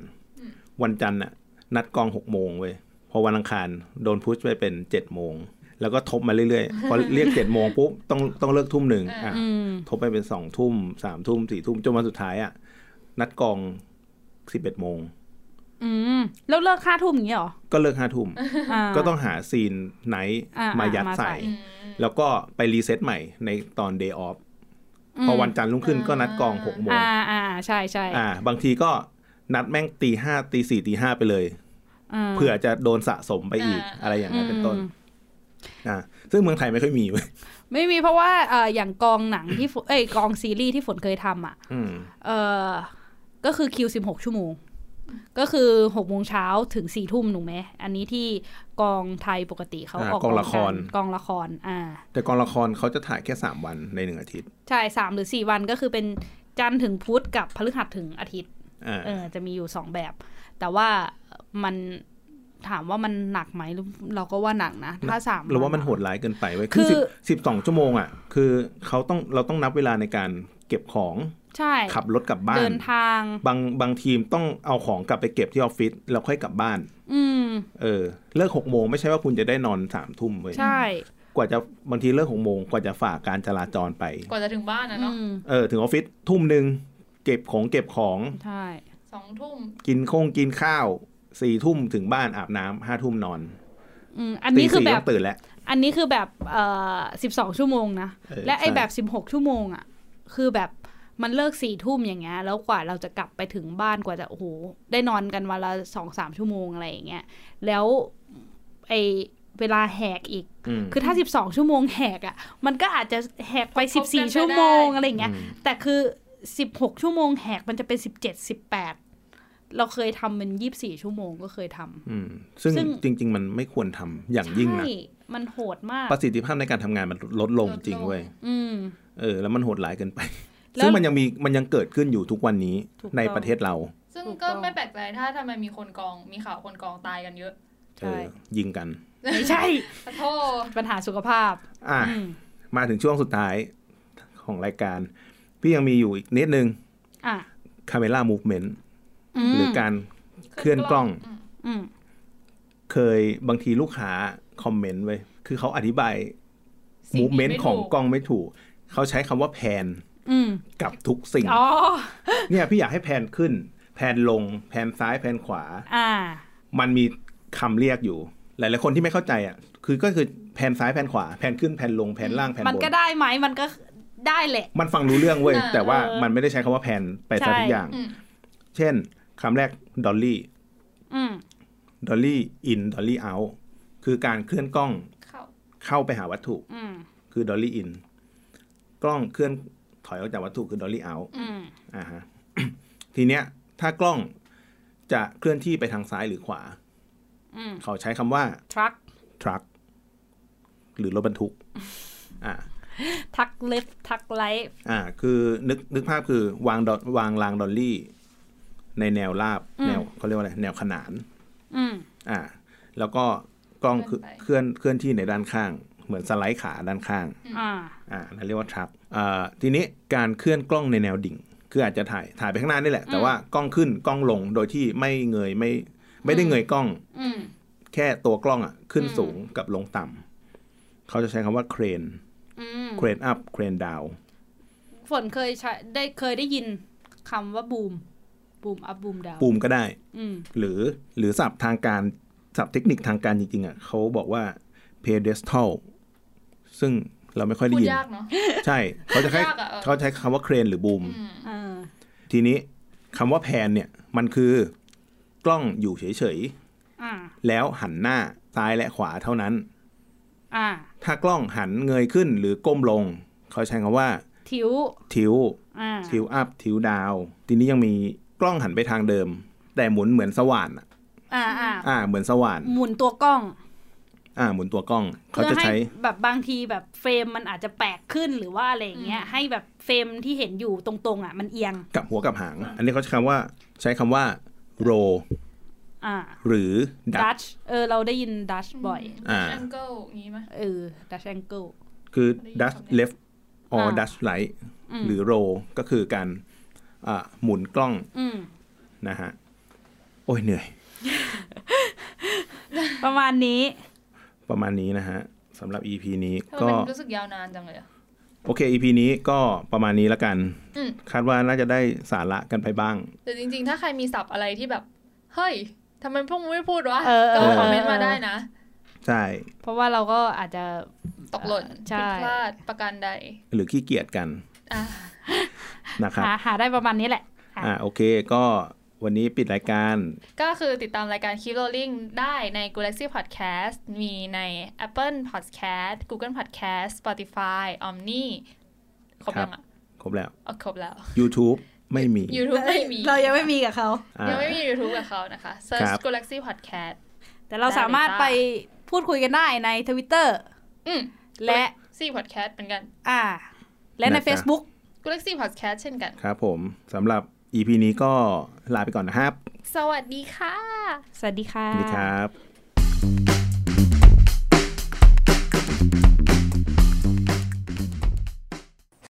วันจันทร์อ่ะ นัดกอง 6 โมงเว้ยพอวันอังคารโดนพุชไปเป็น 7 โมง แล้วก็ทบมาเรื่อยๆ พอเรียก 7 โมงปุ๊บต้องต้องเลิกทุ่มหนึ่งอ่ะ
อืม
ทบไปเป็นสองทุ่มสามทุ่มสี่ทุ่มจนวันสุดท้ายอะ่ะ นัดกองสิบเอ็ดโมง
อืม แล้วเลิกค่าทุ่มอย่างเงี้ยเหรอ
ก็เลิกห้าทุ่ม
า
ก็ต้องหาซีนไหน
อ่าม
มายัด
มาใส่
ใส่
อืม
แล้วก็ไปรีเซ็ตใหม่ในตอนเดย์ออฟพอวันจันทร์รุ่งขึ้น
อ่า
ก็นัดกองหกโมง
อ่าอ่าใช่ใช่
อ่า บางทีก็นัดแม่งตีห้าตีสี่ตีห้าไปเลย
า
เผื่อจะโดนสะสมไปอีก
อ่า
อะไรอย่างนั้นเป็นต้น
อืม
อ่าซึ่งเมืองไทยไม่ค่อยมีเว้ย
ไม่มีเพราะว่าเอออย่างกองหนังที่ฝนเอ้ยกองซีรีส์ที่ฝนเคยทำอ่ะ
อืม
เออก็คือคิวสิบหกชั่วโมง ก็คือหกโมงเช้าถึงสี่ทุ่มหนูไหมอันนี้ที่กองไทยปกติเขา
า
ออก
กองละคร
นกองละครอ่า
แต่กองละครเขาจะถ่ายแค่สามวันในหนึ่งอาทิตย์
ใช่สามหรือสี่วันก็คือเป็นจันทร์ถึงพุธกับพฤหัสถึงอาทิตย์
อ่า
เออจะมีอยู่สองแบบ แต่ว่ามันถามว่ามันหนักไหมเราก็ว่าหนักนะถ้าสาม
เราว่ามันโหดร้ายเกินไปเว้ยคือสิบสองชั่วโมงอ่ะ คือเขาต้องเราต้องนับเวลาในการเก็บของ
ใช่
ขับรถกลับบ้า
เดิ
น
นทาง
บางบางทีมต้องเอาของกลับไปเก็บที่ออฟฟิศแล้วค่อยกลับบ้าน
อืม
เออ เลิกหกโมงไม่ใช่ว่าคุณจะได้นอนสามทุ่มเว้ย
ใช่
กว่าจะบางทีเลิกหกโมงกว่าจะฝ่าการจราจรไป
กว่าจะถึงบ้านนะเนาะ
อืม
เออ ถึงออฟฟิศทุ่มหนึ่งเก็บของเก็บของ
ใช่
สองทุ่ม
กินคงกินข้าวสี่ทุ่มถึงบ้านอาบน้ำห้าทุ่มนอน
อืมอันนี้คือ
ตีสี่
แบ
ต้
บ
งตื่นแล้ว
อันนี้คือแบบเอ่อสิบสองชั่วโมงนะ
เออ
และไอ
ใช่
แบบสิบหกชั่วโมงอ่ะ คือแบบมันเลิกสี่ทุ่มอย่างเงี้ย แล้วกว่าเราจะกลับไปถึงบ้านกว่าจะโอ้โหได้นอนกันวันละสองสามชั่วโมงอะไรอย่างเงี้ย แล้วไอเวลาแหกอีก
อืม
คือถ้าสิบสองชั่วโมงแหกอ่ะ มันก็อาจจะแหกไปสิบสี่ชั่วโมงอะไรอย่างเงี้ย
อืม
แต่คือสิบหกชั่วโมงแหกมันจะเป็นสิบเจ็ดสิบแปด เราเคยทำเป็นยี่สิบสี่ชั่วโมงก็เคยทำ
อืมซึ่ง
ซึ่ง
จริง ๆ มันไม่ควรทำอย่างยิ่งนะ
ใช่มันโหดมาก
ประสิทธิภาพในการทำงานมันลดลงจริงเว้ย
อืม
เออแล้วมันโหดร้ายเกินไป
แล้ว
ซึ่งมันยังมีมันยังเกิดขึ้นอยู่ทุกวันนี้
ถูกต้อง
ในประเทศเรา
ซึ่ง
ถูกต้
ก็
อง
ไม่แปลกใจถ้าทำไมมีคนกองมีข่าวคนกองตายกันเยอะ
เอ
ใช่
อยิงกัน
ไม่ใช่
ขอโท ษ
ปัญหาสุขภาพ
อ่ะ
อืม
มาถึงช่วงสุดท้ายของรายการ พี่ยังมีอยู่อีกนิดนึง
อ่ะ
Camera Movement
อืม
หรือการเคลื่อนกล้อง
ม
อืม
เคยบางทีลูกค้าคอมเมนต์ไว้ยคือเขาอธิบาย
สิ่ที่ไ
movement ของ
ถู
กล้องไม่ถูก เขาใช้คำว่าแพน
อืม
กับทุกสิ่ง
อ๋อ
เนี่ยพี่อยากให้แพนขึ้น แพนลง แพนซ้ายแพนขวา
อ่า
มันมีคำเรียกอยู่ หลาย ๆ คนที่ไม่เข้าใจอ่ะ คือก็คือแผ่นซ้ายแผ่นขวา แผ่นขึ้นแผ่นลงแผ่นล่างแผ่น
มัน
บน
ก็ได้ไหมมันก็ได้แหละ
มันฟังรู้เรื่องเว้ย
อ่า
แต่ว่า
เออ
มันไม่ได้ใช้คำว่าแผ่นไปซะทุ
ใช่
กอย่าง
อืม
เช่นคำแรกดอลลี่
อืม
ดอลลี่อินดอลลี่เอาคือการเคลื่อนกล้อง
เข้า
เข้าไปหาวัตถุ
อืม
คือดอลลี่อิน กล้องเคลื่อนถอยออกจากวัตถุคือดอลลี่เอา
อืม
อ่าฮะ ทีเนี้ยถ้ากล้องจะเคลื่อนที่ไปทางซ้ายหรือขวา
อืม
เขาใช้คำว่า
ทรัค
truck หรือรถบรร ทุก อ่า
ทักเล็บทักไลท์
อ่า คือนึกนึกภาพคือวางดอลวางรางดอลลี่ ในแนวราบแนวเขาเรียกว่าอะไรแนวขนาน
อืม
อ่า แล้วก็กล้องคือเคลื่อนเคลื่อนที่ในด้านข้าง เหมือนสไลด์ขาด้านข้าง
อ่า
อ่านั่นเรียกว่าทรัพอ่าทีนี้การเคลื่อนกล้องในแนวดิ่ง คืออาจจะถ่ายถ่ายไปข้างหน้านี่แหละ แต่ว่ากล้องขึ้นกล้องลงโดยที่ไม่เงยไม่ไม่ได้เงยกล้อง
อืม
แค่ตัวกล้องอ่ะขึ้นสูงกับลงต่ำเขาจะใช้คำว่าเครน
อืม
เครนอัพเครนดาว
ฝนเคยใช้ได้เคยได้ยินคำว่าบูมบูมอัพบูมดาว
ปูมก็ได้
อืม
หรือหรือศัพท์ทางการศัพท์เทคนิคทางการจริงๆอ่ะเขาบอกว่า pedestal ซึ่งเราไม่ค่อย
พู
ได้
ด
ยิน
ยากเนาะ
ใช่เขาจะใช้
ยากอะเออ
เขาใช้คำว่าเครนหรือบูม
อืม
เออ
ทีนี้คำว่าแพนเนี่ยมันคือกล้องอยู่เฉย
อ่า
ๆ แล้วหันหน้าซ้ายและขวาเท่านั้น
อ่า
ถ้ากล้องหันเงยขึ้นหรือก้มลง เขาใช้คำว่า
ทิว
ทิว
อ่า
ทิวอัพทิวดาวทีนี้ยังมีกล้องหันไปทางเดิม แต่หมุนเหมือนสว่านอะ
อ่าอ่า
อ่า เหมือนสว่าน
หมุนตัวกล้อง
อ่า หมุนตัวกล้อง เขา
เพื่อ
จะ
ให้
ใช้
แบบบางทีแบบเฟรมมันอาจจะแปลกขึ้นหรือว่าอะไรอย่างเงี้ยให้แบบเฟรมที่เห็นอยู่ตรงๆอ่ะมันเอียง
กับหัวกับหาง อันนี้เขาใช้คำว่าใช้คำว่าโร
อ่า
หรือดั
ดั
ช
ชเออเราได้ยินดัชบ่อย
อ่า
แองเกิลอย่างงี้ไหม
เออดัชแองเกิล
คือ
ได้ยิน
dash
คำนี้
left or
อ่า
dash right
อืม
หรือ roll ก็คือการอ่าหมุนกล้อง
อืม
นะฮะ โอ้ยเหนื่อย
ประมาณนี้
ประมาณนี้นะฮะสำหรับ EP นี้
ทำไม
ก็
มันรู้สึกยาวนานจังเลยอะ
โอเค EP นี้ก็ประมาณนี้ละกัน
อืม
คาดว่าน่าจะได้สาระกันไปบ้าง
แต่จริงๆ ถ้าใครมีศัพท์อะไรที่แบบ เฮ้ยทำไมพวกมึงไม่พูดวะ
เออ
ก็
เออ
คอมเมนต์มาได้นะ
ใช่
เพราะว่าเราก็อาจจะ
ตกหล่น
ใช่
ผิดพลาดประการใด
หรือขี้เกียจกัน
อ่ะ
นะครับ
หาหาได้ประมาณนี้แหละ
อ่าโอเค ก็วันนี้ปิดรายการ
ก็คือติดตามรายการ Keep Rolling ได้ใน Galaxy Podcast มีใน Apple Podcast Google Podcast Spotify Omni ครบยังอ่ะ
ครบแล้ว
อ๋อครบแล้ว
YouTube ไม่มี
YouTube ไม่มี
เรายังไม่มีกับเขา
อ่า
ยังไม่มี YouTube กับเขานะคะ
ค
Search
รับ
Galaxy Podcast
แต่เราสามารถไปพูดคุยกันได้ในทวิตเตอร์
อืม
และ
Galaxy Podcast เหมือนกัน
อ่า และใน
นะจ๊ะ
Facebook
Galaxy Podcast เช่นกัน
ครับผมสำหรับ EP นี้ก็ลาไปก่อนนะครับ
สวัสดีค่ะ
สวัสดีค่ะ
สวัสดีครับ